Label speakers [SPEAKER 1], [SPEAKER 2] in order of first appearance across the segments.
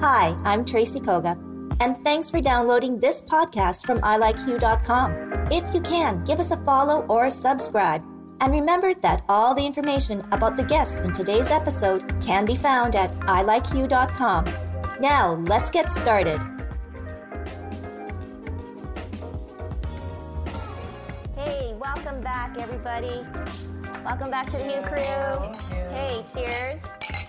[SPEAKER 1] Hi, I'm Tracy Koga, and thanks for downloading this podcast from ilikehugh.com. If you can, give us a follow or a subscribe. And remember that all the information about the guests in today's episode can be found at ilikehugh.com. Now, let's get started. Hey, welcome back, everybody. Welcome back to the Hugh Crew. Hey, cheers.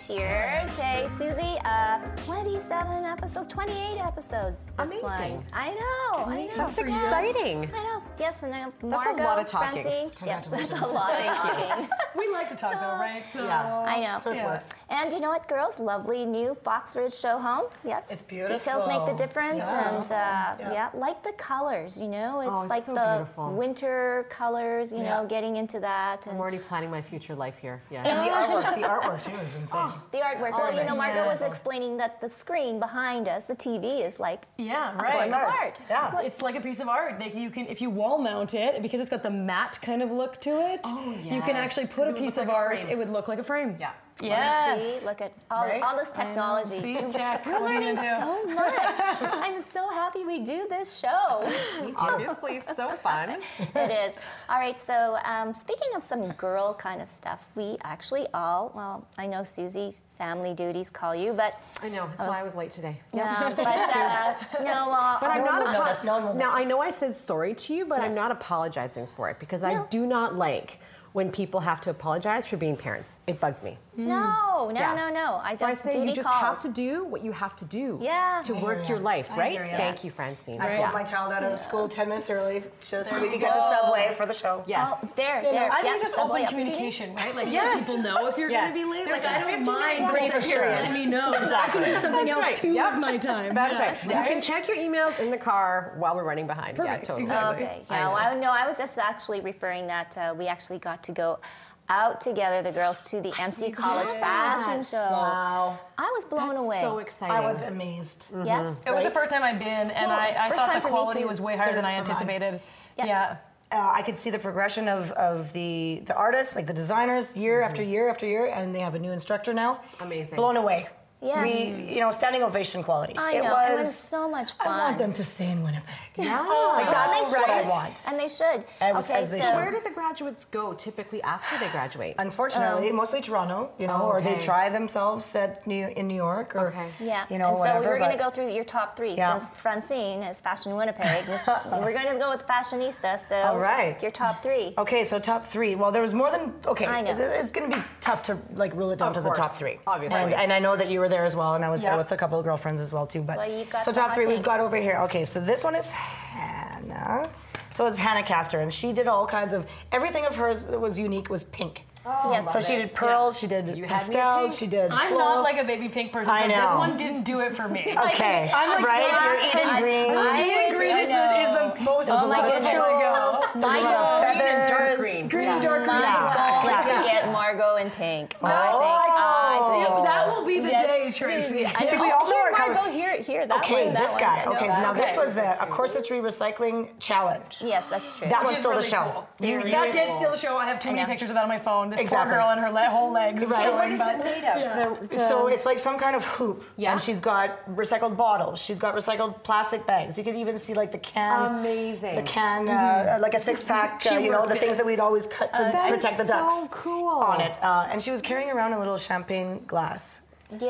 [SPEAKER 1] Cheers. Hey, Susie, uh, 27 episodes, 28 episodes. This One.
[SPEAKER 2] Amazing.
[SPEAKER 1] I know, I know.
[SPEAKER 2] That's exciting.
[SPEAKER 1] I know. Yes, and then
[SPEAKER 2] That's a
[SPEAKER 1] Margot,
[SPEAKER 2] lot of talking.
[SPEAKER 1] Francie. Yes, that's a lot of talking.
[SPEAKER 3] We like to talk though, right? So,
[SPEAKER 2] Yeah.
[SPEAKER 1] I know.
[SPEAKER 3] Oh, So it works.
[SPEAKER 1] And you know what, girls? Lovely new Fox Ridge show home. Yes.
[SPEAKER 3] It's beautiful.
[SPEAKER 1] Details make the difference,
[SPEAKER 3] Yeah. Oh,
[SPEAKER 1] and uh, yeah. like the colors. You know, it's,
[SPEAKER 2] it's
[SPEAKER 1] like
[SPEAKER 2] so
[SPEAKER 1] the
[SPEAKER 2] beautiful.
[SPEAKER 1] winter colors. You know,
[SPEAKER 3] Yeah.
[SPEAKER 1] getting into that and
[SPEAKER 2] I'm already planning my future life here. Yeah.
[SPEAKER 3] The artwork, the artwork too is insane.
[SPEAKER 1] the artwork. well, you know,
[SPEAKER 3] nice.
[SPEAKER 1] Margot was
[SPEAKER 3] Oh, Yes.
[SPEAKER 1] explaining that the screen behind us, the TV, is like
[SPEAKER 3] Yeah,
[SPEAKER 1] form
[SPEAKER 3] right.
[SPEAKER 1] of art.
[SPEAKER 3] Yeah.
[SPEAKER 4] It's like a piece of art. Like you can, if you wall mount it, because it's got the matte kind of look to it.
[SPEAKER 2] Oh,
[SPEAKER 4] You can actually
[SPEAKER 2] yes.
[SPEAKER 4] put
[SPEAKER 2] 'Cause
[SPEAKER 4] a
[SPEAKER 2] it would
[SPEAKER 4] piece
[SPEAKER 2] look
[SPEAKER 4] of
[SPEAKER 2] like a
[SPEAKER 4] art.
[SPEAKER 2] frame.
[SPEAKER 4] It would look like a frame.
[SPEAKER 2] Yeah.
[SPEAKER 4] Yes.
[SPEAKER 1] See, look at all,
[SPEAKER 3] Right?
[SPEAKER 1] all this
[SPEAKER 3] I know.
[SPEAKER 1] technology.
[SPEAKER 3] See, Jack,
[SPEAKER 1] We're
[SPEAKER 3] what are you
[SPEAKER 1] learning
[SPEAKER 3] gonna do?
[SPEAKER 1] so much. I'm so happy we do this show.
[SPEAKER 2] Obviously, so fun.
[SPEAKER 1] it is. All right, so um, speaking of some girl kind of stuff, we actually all, well, I know Susie, family duties call you, but.
[SPEAKER 2] I know. That's why I was late today.
[SPEAKER 1] Um, but uh, no, well,
[SPEAKER 2] But I'm
[SPEAKER 1] all-
[SPEAKER 2] not
[SPEAKER 3] will
[SPEAKER 2] apo-
[SPEAKER 3] notice, no one will
[SPEAKER 2] Now I know I said sorry to you, but I'm
[SPEAKER 1] Yes.
[SPEAKER 2] not apologizing for it because
[SPEAKER 1] No.
[SPEAKER 2] I do not like when people have to apologize for being parents. It bugs me.
[SPEAKER 1] No, no,
[SPEAKER 2] Yeah.
[SPEAKER 1] no, no. I
[SPEAKER 2] So I
[SPEAKER 1] just
[SPEAKER 2] say
[SPEAKER 1] duty
[SPEAKER 2] you just
[SPEAKER 1] calls.
[SPEAKER 2] have to do what you have to do.
[SPEAKER 1] Yeah.
[SPEAKER 2] To
[SPEAKER 1] I
[SPEAKER 2] work your life,
[SPEAKER 3] I
[SPEAKER 2] right?
[SPEAKER 3] hear ya.
[SPEAKER 2] Thank you, Francine.
[SPEAKER 3] I
[SPEAKER 2] Yeah.
[SPEAKER 3] pulled my child out of school 10 minutes early just so we could get to Subway for the show.
[SPEAKER 1] Oh,
[SPEAKER 2] Yes.
[SPEAKER 1] there,
[SPEAKER 3] You know,
[SPEAKER 1] there.
[SPEAKER 4] I think
[SPEAKER 1] yeah,
[SPEAKER 4] just
[SPEAKER 1] subway
[SPEAKER 4] open
[SPEAKER 1] up.
[SPEAKER 4] communication, right? Like let
[SPEAKER 2] Yes.
[SPEAKER 4] people know if you're
[SPEAKER 2] Yes.
[SPEAKER 4] going to be late.
[SPEAKER 2] There's
[SPEAKER 4] like
[SPEAKER 2] a
[SPEAKER 4] I don't
[SPEAKER 2] 15 minute
[SPEAKER 4] mind, but
[SPEAKER 2] grace
[SPEAKER 4] if you're
[SPEAKER 2] period.
[SPEAKER 4] let me know. Exactly. I can do something
[SPEAKER 2] That's
[SPEAKER 4] else
[SPEAKER 2] right.
[SPEAKER 4] too
[SPEAKER 2] Yep.
[SPEAKER 4] with my time.
[SPEAKER 2] That's
[SPEAKER 4] Yeah.
[SPEAKER 2] right. You can check your emails in the car while we're running behind.
[SPEAKER 4] Perfect.
[SPEAKER 2] Yeah, totally.
[SPEAKER 4] Exactly.
[SPEAKER 1] Okay.
[SPEAKER 2] I
[SPEAKER 1] Yeah. well,
[SPEAKER 2] know.
[SPEAKER 1] I, no, I was just actually referring that uh, we actually got to go out together, the girls, to the MC College Fashion Show.
[SPEAKER 3] Wow.
[SPEAKER 1] I was blown away.
[SPEAKER 2] So exciting.
[SPEAKER 3] I was amazed. Uh,
[SPEAKER 1] Yes.
[SPEAKER 4] It was the
[SPEAKER 1] right?
[SPEAKER 4] first time I'd been, and
[SPEAKER 3] Well,
[SPEAKER 4] I, I
[SPEAKER 3] first time
[SPEAKER 4] thought
[SPEAKER 3] for
[SPEAKER 4] the
[SPEAKER 3] me
[SPEAKER 4] quality
[SPEAKER 3] too.
[SPEAKER 4] was way higher than I
[SPEAKER 3] Third for mine.
[SPEAKER 4] anticipated.
[SPEAKER 1] Yeah.
[SPEAKER 4] yeah.
[SPEAKER 3] Uh, I could see the progression of, of the, the artists, like the designers, year
[SPEAKER 1] Mm-hmm.
[SPEAKER 3] after year after year, and they have a new instructor now.
[SPEAKER 2] Amazing.
[SPEAKER 3] Blown away.
[SPEAKER 2] Mm-hmm.
[SPEAKER 1] Yes.
[SPEAKER 3] We, you know, standing ovation quality.
[SPEAKER 1] I
[SPEAKER 3] it
[SPEAKER 1] know.
[SPEAKER 3] was.
[SPEAKER 1] it was so much fun.
[SPEAKER 3] I want them to stay in Winnipeg.
[SPEAKER 2] Yeah.
[SPEAKER 3] Like, that's
[SPEAKER 1] they
[SPEAKER 3] what I
[SPEAKER 1] should.
[SPEAKER 3] want.
[SPEAKER 1] And they should.
[SPEAKER 3] As-
[SPEAKER 1] okay,
[SPEAKER 3] as they
[SPEAKER 1] so
[SPEAKER 3] should.
[SPEAKER 2] Where do the graduates go typically after they graduate?
[SPEAKER 3] Unfortunately,
[SPEAKER 1] Um,
[SPEAKER 3] mostly Toronto, you
[SPEAKER 1] oh,
[SPEAKER 3] know, or they
[SPEAKER 2] Okay.
[SPEAKER 3] try themselves at New, in New York, or
[SPEAKER 2] Okay.
[SPEAKER 1] yeah,
[SPEAKER 3] you know,
[SPEAKER 1] and so
[SPEAKER 3] whatever.
[SPEAKER 1] we were going to
[SPEAKER 3] but-
[SPEAKER 1] go through your top three
[SPEAKER 3] Yeah.
[SPEAKER 1] since Francine is Fashion Winnipeg. this- we're going to go with fashionista. So
[SPEAKER 3] All right.
[SPEAKER 1] your top three.
[SPEAKER 3] Okay, so top three. Well, there was more than okay.
[SPEAKER 1] I know.
[SPEAKER 3] It's going to be tough to like rule it down
[SPEAKER 2] Of
[SPEAKER 3] to the top
[SPEAKER 2] course,
[SPEAKER 3] three,
[SPEAKER 2] obviously.
[SPEAKER 3] And, and I know that you were there as well, and I was there
[SPEAKER 4] Yeah.
[SPEAKER 3] with a couple of girlfriends as well too. But
[SPEAKER 1] Well, you got
[SPEAKER 3] so
[SPEAKER 1] the
[SPEAKER 3] top
[SPEAKER 1] hot
[SPEAKER 3] three,
[SPEAKER 1] thing.
[SPEAKER 3] we've got over here. Okay, so this one is Hannah. So it's Hannah Castor, and she did all kinds of everything of hers that was unique was pink.
[SPEAKER 1] yes.
[SPEAKER 3] so she did pearls, she did
[SPEAKER 2] You had me at
[SPEAKER 3] pastels,
[SPEAKER 2] pink.
[SPEAKER 3] she did.
[SPEAKER 4] I'm
[SPEAKER 3] floral.
[SPEAKER 4] not like a baby pink person,
[SPEAKER 3] I
[SPEAKER 4] so this
[SPEAKER 3] know.
[SPEAKER 4] one didn't do it for me.
[SPEAKER 3] Okay,
[SPEAKER 4] I'm like,
[SPEAKER 3] right?
[SPEAKER 4] yeah,
[SPEAKER 3] You're eating
[SPEAKER 4] I-
[SPEAKER 3] green.
[SPEAKER 4] I agree. This is the most.
[SPEAKER 3] Oh my goodness.
[SPEAKER 1] My
[SPEAKER 3] a lot of
[SPEAKER 1] goal-
[SPEAKER 3] feather and dark green.
[SPEAKER 4] Green, dark green.
[SPEAKER 1] My
[SPEAKER 3] Yeah.
[SPEAKER 1] goal is
[SPEAKER 3] Yeah.
[SPEAKER 1] to get Margot in pink. Oh,
[SPEAKER 4] That will be the
[SPEAKER 1] Yes.
[SPEAKER 4] day, Tracy.
[SPEAKER 1] I
[SPEAKER 3] See,
[SPEAKER 1] know.
[SPEAKER 3] we all know
[SPEAKER 1] here,
[SPEAKER 3] our color-
[SPEAKER 1] Margot, here, here, that
[SPEAKER 3] Okay,
[SPEAKER 1] one, that
[SPEAKER 3] this
[SPEAKER 1] one,
[SPEAKER 3] guy.
[SPEAKER 1] that one.
[SPEAKER 3] Okay, now this was a, a corsetry recycling challenge.
[SPEAKER 1] Yes, that's true.
[SPEAKER 3] That
[SPEAKER 4] Which
[SPEAKER 3] one
[SPEAKER 4] is
[SPEAKER 3] stole the
[SPEAKER 4] really
[SPEAKER 3] show.
[SPEAKER 4] cool.
[SPEAKER 2] You-
[SPEAKER 4] That
[SPEAKER 2] you-
[SPEAKER 4] did steal the show. I have too many
[SPEAKER 1] know.
[SPEAKER 4] pictures of that on my phone. This
[SPEAKER 3] Exactly.
[SPEAKER 4] poor girl and her le- whole legs
[SPEAKER 3] Right.
[SPEAKER 4] showing.
[SPEAKER 3] What
[SPEAKER 2] is
[SPEAKER 4] but-
[SPEAKER 2] it made of?
[SPEAKER 4] Yeah.
[SPEAKER 2] The-
[SPEAKER 3] So
[SPEAKER 2] the-
[SPEAKER 3] it's like some kind of hoop,
[SPEAKER 2] Yeah.
[SPEAKER 3] and she's got recycled bottles. She's got recycled plastic bags. You can even see like the can,
[SPEAKER 2] Amazing.
[SPEAKER 3] the can, uh, like a six pack.
[SPEAKER 4] She
[SPEAKER 3] Uh, you know the
[SPEAKER 4] worked
[SPEAKER 3] things
[SPEAKER 4] it.
[SPEAKER 3] that we'd always cut to
[SPEAKER 2] that
[SPEAKER 3] protect
[SPEAKER 2] is
[SPEAKER 3] the ducks.
[SPEAKER 2] so cool.
[SPEAKER 3] on it, uh, and she was carrying around a little champagne glass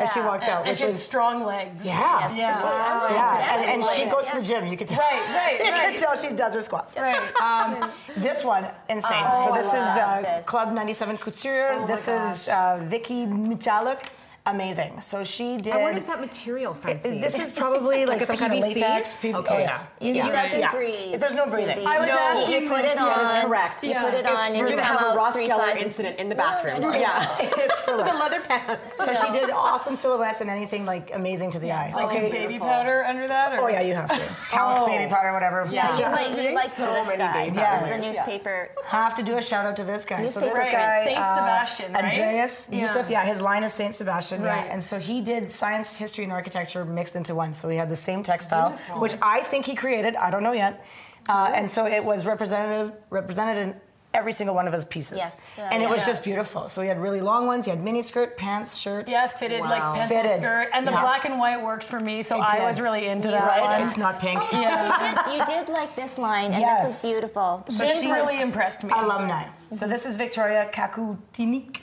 [SPEAKER 3] as she
[SPEAKER 1] Yeah.
[SPEAKER 3] walked out,
[SPEAKER 4] And
[SPEAKER 3] which
[SPEAKER 4] she had
[SPEAKER 3] was
[SPEAKER 4] strong legs.
[SPEAKER 3] yeah,
[SPEAKER 1] Yes,
[SPEAKER 3] yeah,
[SPEAKER 1] she- I like
[SPEAKER 3] yeah.
[SPEAKER 1] that.
[SPEAKER 3] And, and she
[SPEAKER 1] Yes.
[SPEAKER 3] goes to the gym. You could tell.
[SPEAKER 4] Right, right,
[SPEAKER 3] you
[SPEAKER 4] right.
[SPEAKER 3] could tell she does her squats.
[SPEAKER 4] Right.
[SPEAKER 3] Um, this one, insane. so this is uh,
[SPEAKER 1] this.
[SPEAKER 3] Club 97 Couture. this is uh, Vicky Michaluk. Amazing. So she did.
[SPEAKER 2] And what is that material, Francine?
[SPEAKER 3] This is probably like,
[SPEAKER 2] Like a
[SPEAKER 3] some kind of
[SPEAKER 2] PVC?
[SPEAKER 3] latex. P-
[SPEAKER 2] Okay.
[SPEAKER 3] Oh, yeah.
[SPEAKER 1] It
[SPEAKER 3] yeah.
[SPEAKER 1] doesn't
[SPEAKER 3] yeah.
[SPEAKER 1] breathe.
[SPEAKER 3] There's no breathing.
[SPEAKER 1] Susie.
[SPEAKER 4] I was
[SPEAKER 1] No,
[SPEAKER 4] asking
[SPEAKER 1] you put
[SPEAKER 4] this,
[SPEAKER 1] it
[SPEAKER 4] yeah.
[SPEAKER 1] on.
[SPEAKER 4] That is
[SPEAKER 2] correct.
[SPEAKER 1] You
[SPEAKER 2] Yeah.
[SPEAKER 1] put it
[SPEAKER 2] It's
[SPEAKER 1] on,
[SPEAKER 2] for-
[SPEAKER 1] and you
[SPEAKER 2] You're gonna
[SPEAKER 1] come
[SPEAKER 2] have a
[SPEAKER 1] out
[SPEAKER 2] Ross
[SPEAKER 1] three
[SPEAKER 2] Geller
[SPEAKER 1] sizes.
[SPEAKER 2] incident in the
[SPEAKER 1] No, no,
[SPEAKER 2] bathroom.
[SPEAKER 1] no, no.
[SPEAKER 3] Yeah, it's for
[SPEAKER 2] the
[SPEAKER 3] less.
[SPEAKER 2] leather pants.
[SPEAKER 3] So she did awesome silhouettes and anything like amazing to the eye.
[SPEAKER 4] Like
[SPEAKER 3] okay.
[SPEAKER 4] a Oh, baby powder under that? Or?
[SPEAKER 3] Oh yeah, you have to. Talc,
[SPEAKER 2] Oh.
[SPEAKER 3] baby powder, whatever.
[SPEAKER 2] Yeah.
[SPEAKER 1] You like, you
[SPEAKER 2] There's
[SPEAKER 1] like
[SPEAKER 2] so
[SPEAKER 1] this
[SPEAKER 2] many
[SPEAKER 1] guy.
[SPEAKER 2] babies.
[SPEAKER 1] This is
[SPEAKER 3] Yes.
[SPEAKER 1] the
[SPEAKER 3] Yeah.
[SPEAKER 1] newspaper.
[SPEAKER 3] Have to do a shout out to this guy. So this
[SPEAKER 1] Newspaper
[SPEAKER 3] guy, uh,
[SPEAKER 4] Right, Saint Sebastian, right?
[SPEAKER 3] Andreas
[SPEAKER 4] Yeah.
[SPEAKER 3] Yusuf, yeah, his line is Saint Sebastian,
[SPEAKER 4] Right.
[SPEAKER 3] yeah. And so he did science, history, and architecture mixed into one. So he had the same textile, which I think he created. I don't know yet. Uh, and so it was representative, represented in every single one of his pieces.
[SPEAKER 1] Yes. Yeah,
[SPEAKER 3] and it
[SPEAKER 1] yeah.
[SPEAKER 3] was just beautiful. So he had really long ones. He had mini skirt, pants, shirts.
[SPEAKER 4] Yeah, fitted
[SPEAKER 2] Wow.
[SPEAKER 4] like pencil
[SPEAKER 3] Fitted.
[SPEAKER 4] skirt, and the
[SPEAKER 3] Yes.
[SPEAKER 4] black and white works for me, so
[SPEAKER 3] It
[SPEAKER 4] I
[SPEAKER 3] did.
[SPEAKER 4] was really into
[SPEAKER 3] You're
[SPEAKER 4] that
[SPEAKER 3] right,
[SPEAKER 4] one. Oh,
[SPEAKER 3] It's not pink.
[SPEAKER 4] Yeah.
[SPEAKER 1] you did like this line, and this was
[SPEAKER 3] Yes.
[SPEAKER 1] beautiful.
[SPEAKER 4] But
[SPEAKER 3] She's
[SPEAKER 4] she
[SPEAKER 3] like-
[SPEAKER 4] really impressed me.
[SPEAKER 3] alumni. So this is Victoria Kakutinik.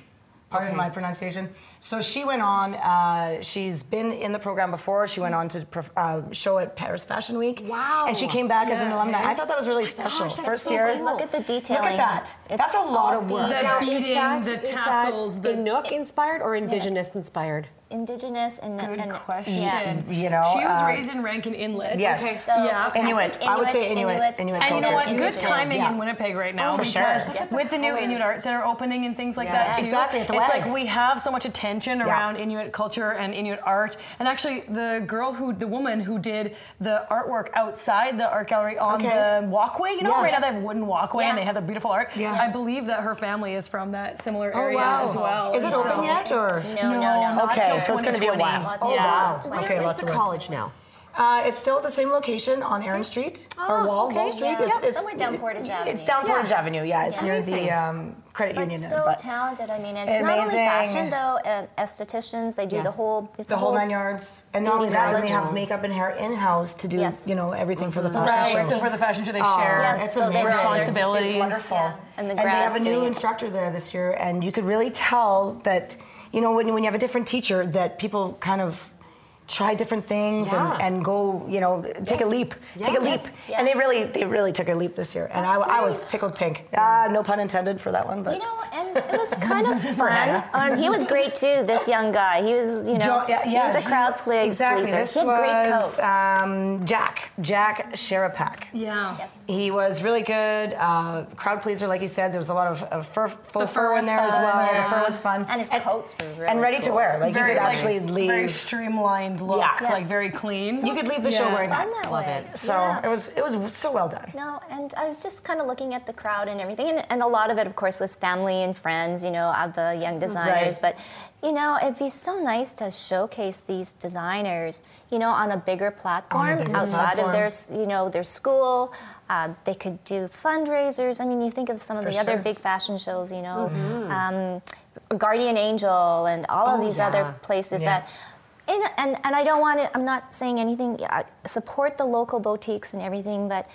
[SPEAKER 3] Pardon my pronunciation. So she went on. Uh, she's been in the program before. She went on to perf- uh, show at Paris Fashion Week.
[SPEAKER 2] Wow.
[SPEAKER 3] And she came back as an
[SPEAKER 4] Yeah.
[SPEAKER 3] alumni. I thought that was really special.
[SPEAKER 2] that's
[SPEAKER 3] First
[SPEAKER 2] so
[SPEAKER 3] year.
[SPEAKER 2] cool.
[SPEAKER 1] Look at the detailing.
[SPEAKER 3] Look at that. That's a lot of work.
[SPEAKER 4] The
[SPEAKER 2] Now, is
[SPEAKER 4] beading,
[SPEAKER 2] that-
[SPEAKER 4] the
[SPEAKER 2] is that
[SPEAKER 4] tassels, the-
[SPEAKER 2] Inuk inspired or indigenous inspired?
[SPEAKER 1] indigenous and
[SPEAKER 4] Good
[SPEAKER 1] and,
[SPEAKER 4] question.
[SPEAKER 1] Yeah.
[SPEAKER 3] You know,
[SPEAKER 4] she was
[SPEAKER 3] uh,
[SPEAKER 4] raised in Rankin Inlet.
[SPEAKER 3] Yes.
[SPEAKER 1] Okay,
[SPEAKER 3] Okay.
[SPEAKER 1] so
[SPEAKER 4] Yeah.
[SPEAKER 3] Inuit. I would say Inuit. Inuit
[SPEAKER 4] And you know
[SPEAKER 3] Culture.
[SPEAKER 4] what? Good
[SPEAKER 1] Indigenous.
[SPEAKER 4] timing
[SPEAKER 3] Yeah.
[SPEAKER 4] in Winnipeg right now
[SPEAKER 3] Oh, for
[SPEAKER 4] because
[SPEAKER 3] sure.
[SPEAKER 1] Yes,
[SPEAKER 4] with the new
[SPEAKER 1] always.
[SPEAKER 4] Inuit Art Center opening and things like
[SPEAKER 1] Yes.
[SPEAKER 4] that too.
[SPEAKER 3] Exactly, at the
[SPEAKER 4] it's
[SPEAKER 3] wedding.
[SPEAKER 4] like we have so much attention around Inuit culture and Inuit art. And actually, the girl who, the woman who did the artwork outside the art gallery on
[SPEAKER 3] Okay.
[SPEAKER 4] the walkway, you know,
[SPEAKER 3] Yeah.
[SPEAKER 4] right now they have a wooden walkway and
[SPEAKER 1] Yeah.
[SPEAKER 4] they have the beautiful art.
[SPEAKER 3] Yes. Oh,
[SPEAKER 4] I believe that her family is from that similar area as well.
[SPEAKER 3] Is it
[SPEAKER 4] So-
[SPEAKER 3] open yet or?
[SPEAKER 1] No, no, no.
[SPEAKER 4] not
[SPEAKER 3] Okay,
[SPEAKER 4] till
[SPEAKER 3] so it's going to be a
[SPEAKER 4] 2020.
[SPEAKER 3] while.
[SPEAKER 1] Lots of work.
[SPEAKER 3] wow.
[SPEAKER 1] Where
[SPEAKER 3] Okay,
[SPEAKER 2] Where is
[SPEAKER 3] lots
[SPEAKER 2] the
[SPEAKER 3] of work.
[SPEAKER 2] college now?
[SPEAKER 3] Uh, it's still at the same location on Aaron Street or
[SPEAKER 2] Oh,
[SPEAKER 3] Wall
[SPEAKER 2] okay.
[SPEAKER 3] Wall Street.
[SPEAKER 1] Yeah. Somewhere down Portage
[SPEAKER 3] It's
[SPEAKER 1] Avenue.
[SPEAKER 3] down Portage Avenue. Yeah, it's
[SPEAKER 1] Yeah.
[SPEAKER 3] near
[SPEAKER 2] Amazing.
[SPEAKER 3] the um, credit
[SPEAKER 1] But
[SPEAKER 3] union. is,
[SPEAKER 1] so
[SPEAKER 3] but
[SPEAKER 1] talented. I mean, it's not only
[SPEAKER 3] Amazing.
[SPEAKER 1] fashion though. And estheticians, they do the
[SPEAKER 2] Yes.
[SPEAKER 1] whole. It's
[SPEAKER 3] the
[SPEAKER 1] a
[SPEAKER 3] whole nine yards. And not only
[SPEAKER 1] Beauty
[SPEAKER 3] that, then they
[SPEAKER 1] knowledge.
[SPEAKER 3] have makeup and hair in house to do
[SPEAKER 1] Yes. Oh,
[SPEAKER 3] you know everything for the fashion
[SPEAKER 4] Right,
[SPEAKER 3] show.
[SPEAKER 4] so for the fashion show, they share
[SPEAKER 1] Yes,
[SPEAKER 3] it's
[SPEAKER 1] so they-
[SPEAKER 3] amazing.
[SPEAKER 4] responsibilities.
[SPEAKER 3] It's wonderful.
[SPEAKER 1] Yeah, and the
[SPEAKER 3] they have
[SPEAKER 1] grads
[SPEAKER 3] a new
[SPEAKER 1] doing it.
[SPEAKER 3] instructor there this year, and you could really tell that you know when when you have a different teacher that people kind of. Try different things
[SPEAKER 2] Yeah.
[SPEAKER 3] and, and go, you know, take a leap, take a
[SPEAKER 2] Yes.
[SPEAKER 3] leap, and they really, they really took a leap this year, and I,
[SPEAKER 1] That's
[SPEAKER 3] I was
[SPEAKER 1] great.
[SPEAKER 3] tickled pink. Ah, no pun intended for that one, but
[SPEAKER 1] You know, and it was kind of fun. Um, he was great too. This young guy. He was, you know,
[SPEAKER 3] Jo- yeah,
[SPEAKER 1] he
[SPEAKER 3] yeah,
[SPEAKER 1] was a crowd ple-
[SPEAKER 3] exactly.
[SPEAKER 1] pleaser.
[SPEAKER 3] This
[SPEAKER 1] he had great
[SPEAKER 3] was
[SPEAKER 1] coats.
[SPEAKER 3] um, Jack, Jack Sharapak.
[SPEAKER 4] Yeah.
[SPEAKER 1] yes.
[SPEAKER 3] He was really good, uh, crowd pleaser, like you said. There was a lot of uh, fur, faux
[SPEAKER 4] The fur
[SPEAKER 3] fur in
[SPEAKER 4] was
[SPEAKER 3] there as
[SPEAKER 4] fun,
[SPEAKER 3] well. The
[SPEAKER 4] yeah.
[SPEAKER 3] fur was fun,
[SPEAKER 1] And his coats were really
[SPEAKER 3] and ready to
[SPEAKER 1] cool.
[SPEAKER 3] wear. Like
[SPEAKER 4] Very
[SPEAKER 3] you could
[SPEAKER 4] like,
[SPEAKER 3] actually leave.
[SPEAKER 4] Very streamlined look,
[SPEAKER 3] Yeah.
[SPEAKER 4] like very clean.
[SPEAKER 3] you could leave the show
[SPEAKER 4] Yeah.
[SPEAKER 3] wearing
[SPEAKER 1] Fun
[SPEAKER 3] that.
[SPEAKER 1] that
[SPEAKER 2] Love
[SPEAKER 1] way.
[SPEAKER 2] it.
[SPEAKER 3] So
[SPEAKER 1] Yeah.
[SPEAKER 3] it was it was so well done.
[SPEAKER 1] No, and I was just kind of looking at the crowd and everything, and, and a lot of it, of course, was family and friends, you know, of the young designers.
[SPEAKER 3] Mm-hmm. Right.
[SPEAKER 1] But, you know, it'd be so nice to showcase these designers, you know, on a bigger platform
[SPEAKER 3] bigger
[SPEAKER 1] outside
[SPEAKER 3] platform.
[SPEAKER 1] of their, s- you know, their school. Uh, they could do fundraisers. I mean, you think of some of the other
[SPEAKER 3] sure. Mm-hmm.
[SPEAKER 1] big fashion shows, you know, um, Guardian Angel and all of
[SPEAKER 2] Oh,
[SPEAKER 1] these
[SPEAKER 2] yeah.
[SPEAKER 1] other places
[SPEAKER 3] Yeah.
[SPEAKER 1] that. And, and, and I don't want to, I'm not saying anything, yeah, I support the local boutiques and everything, but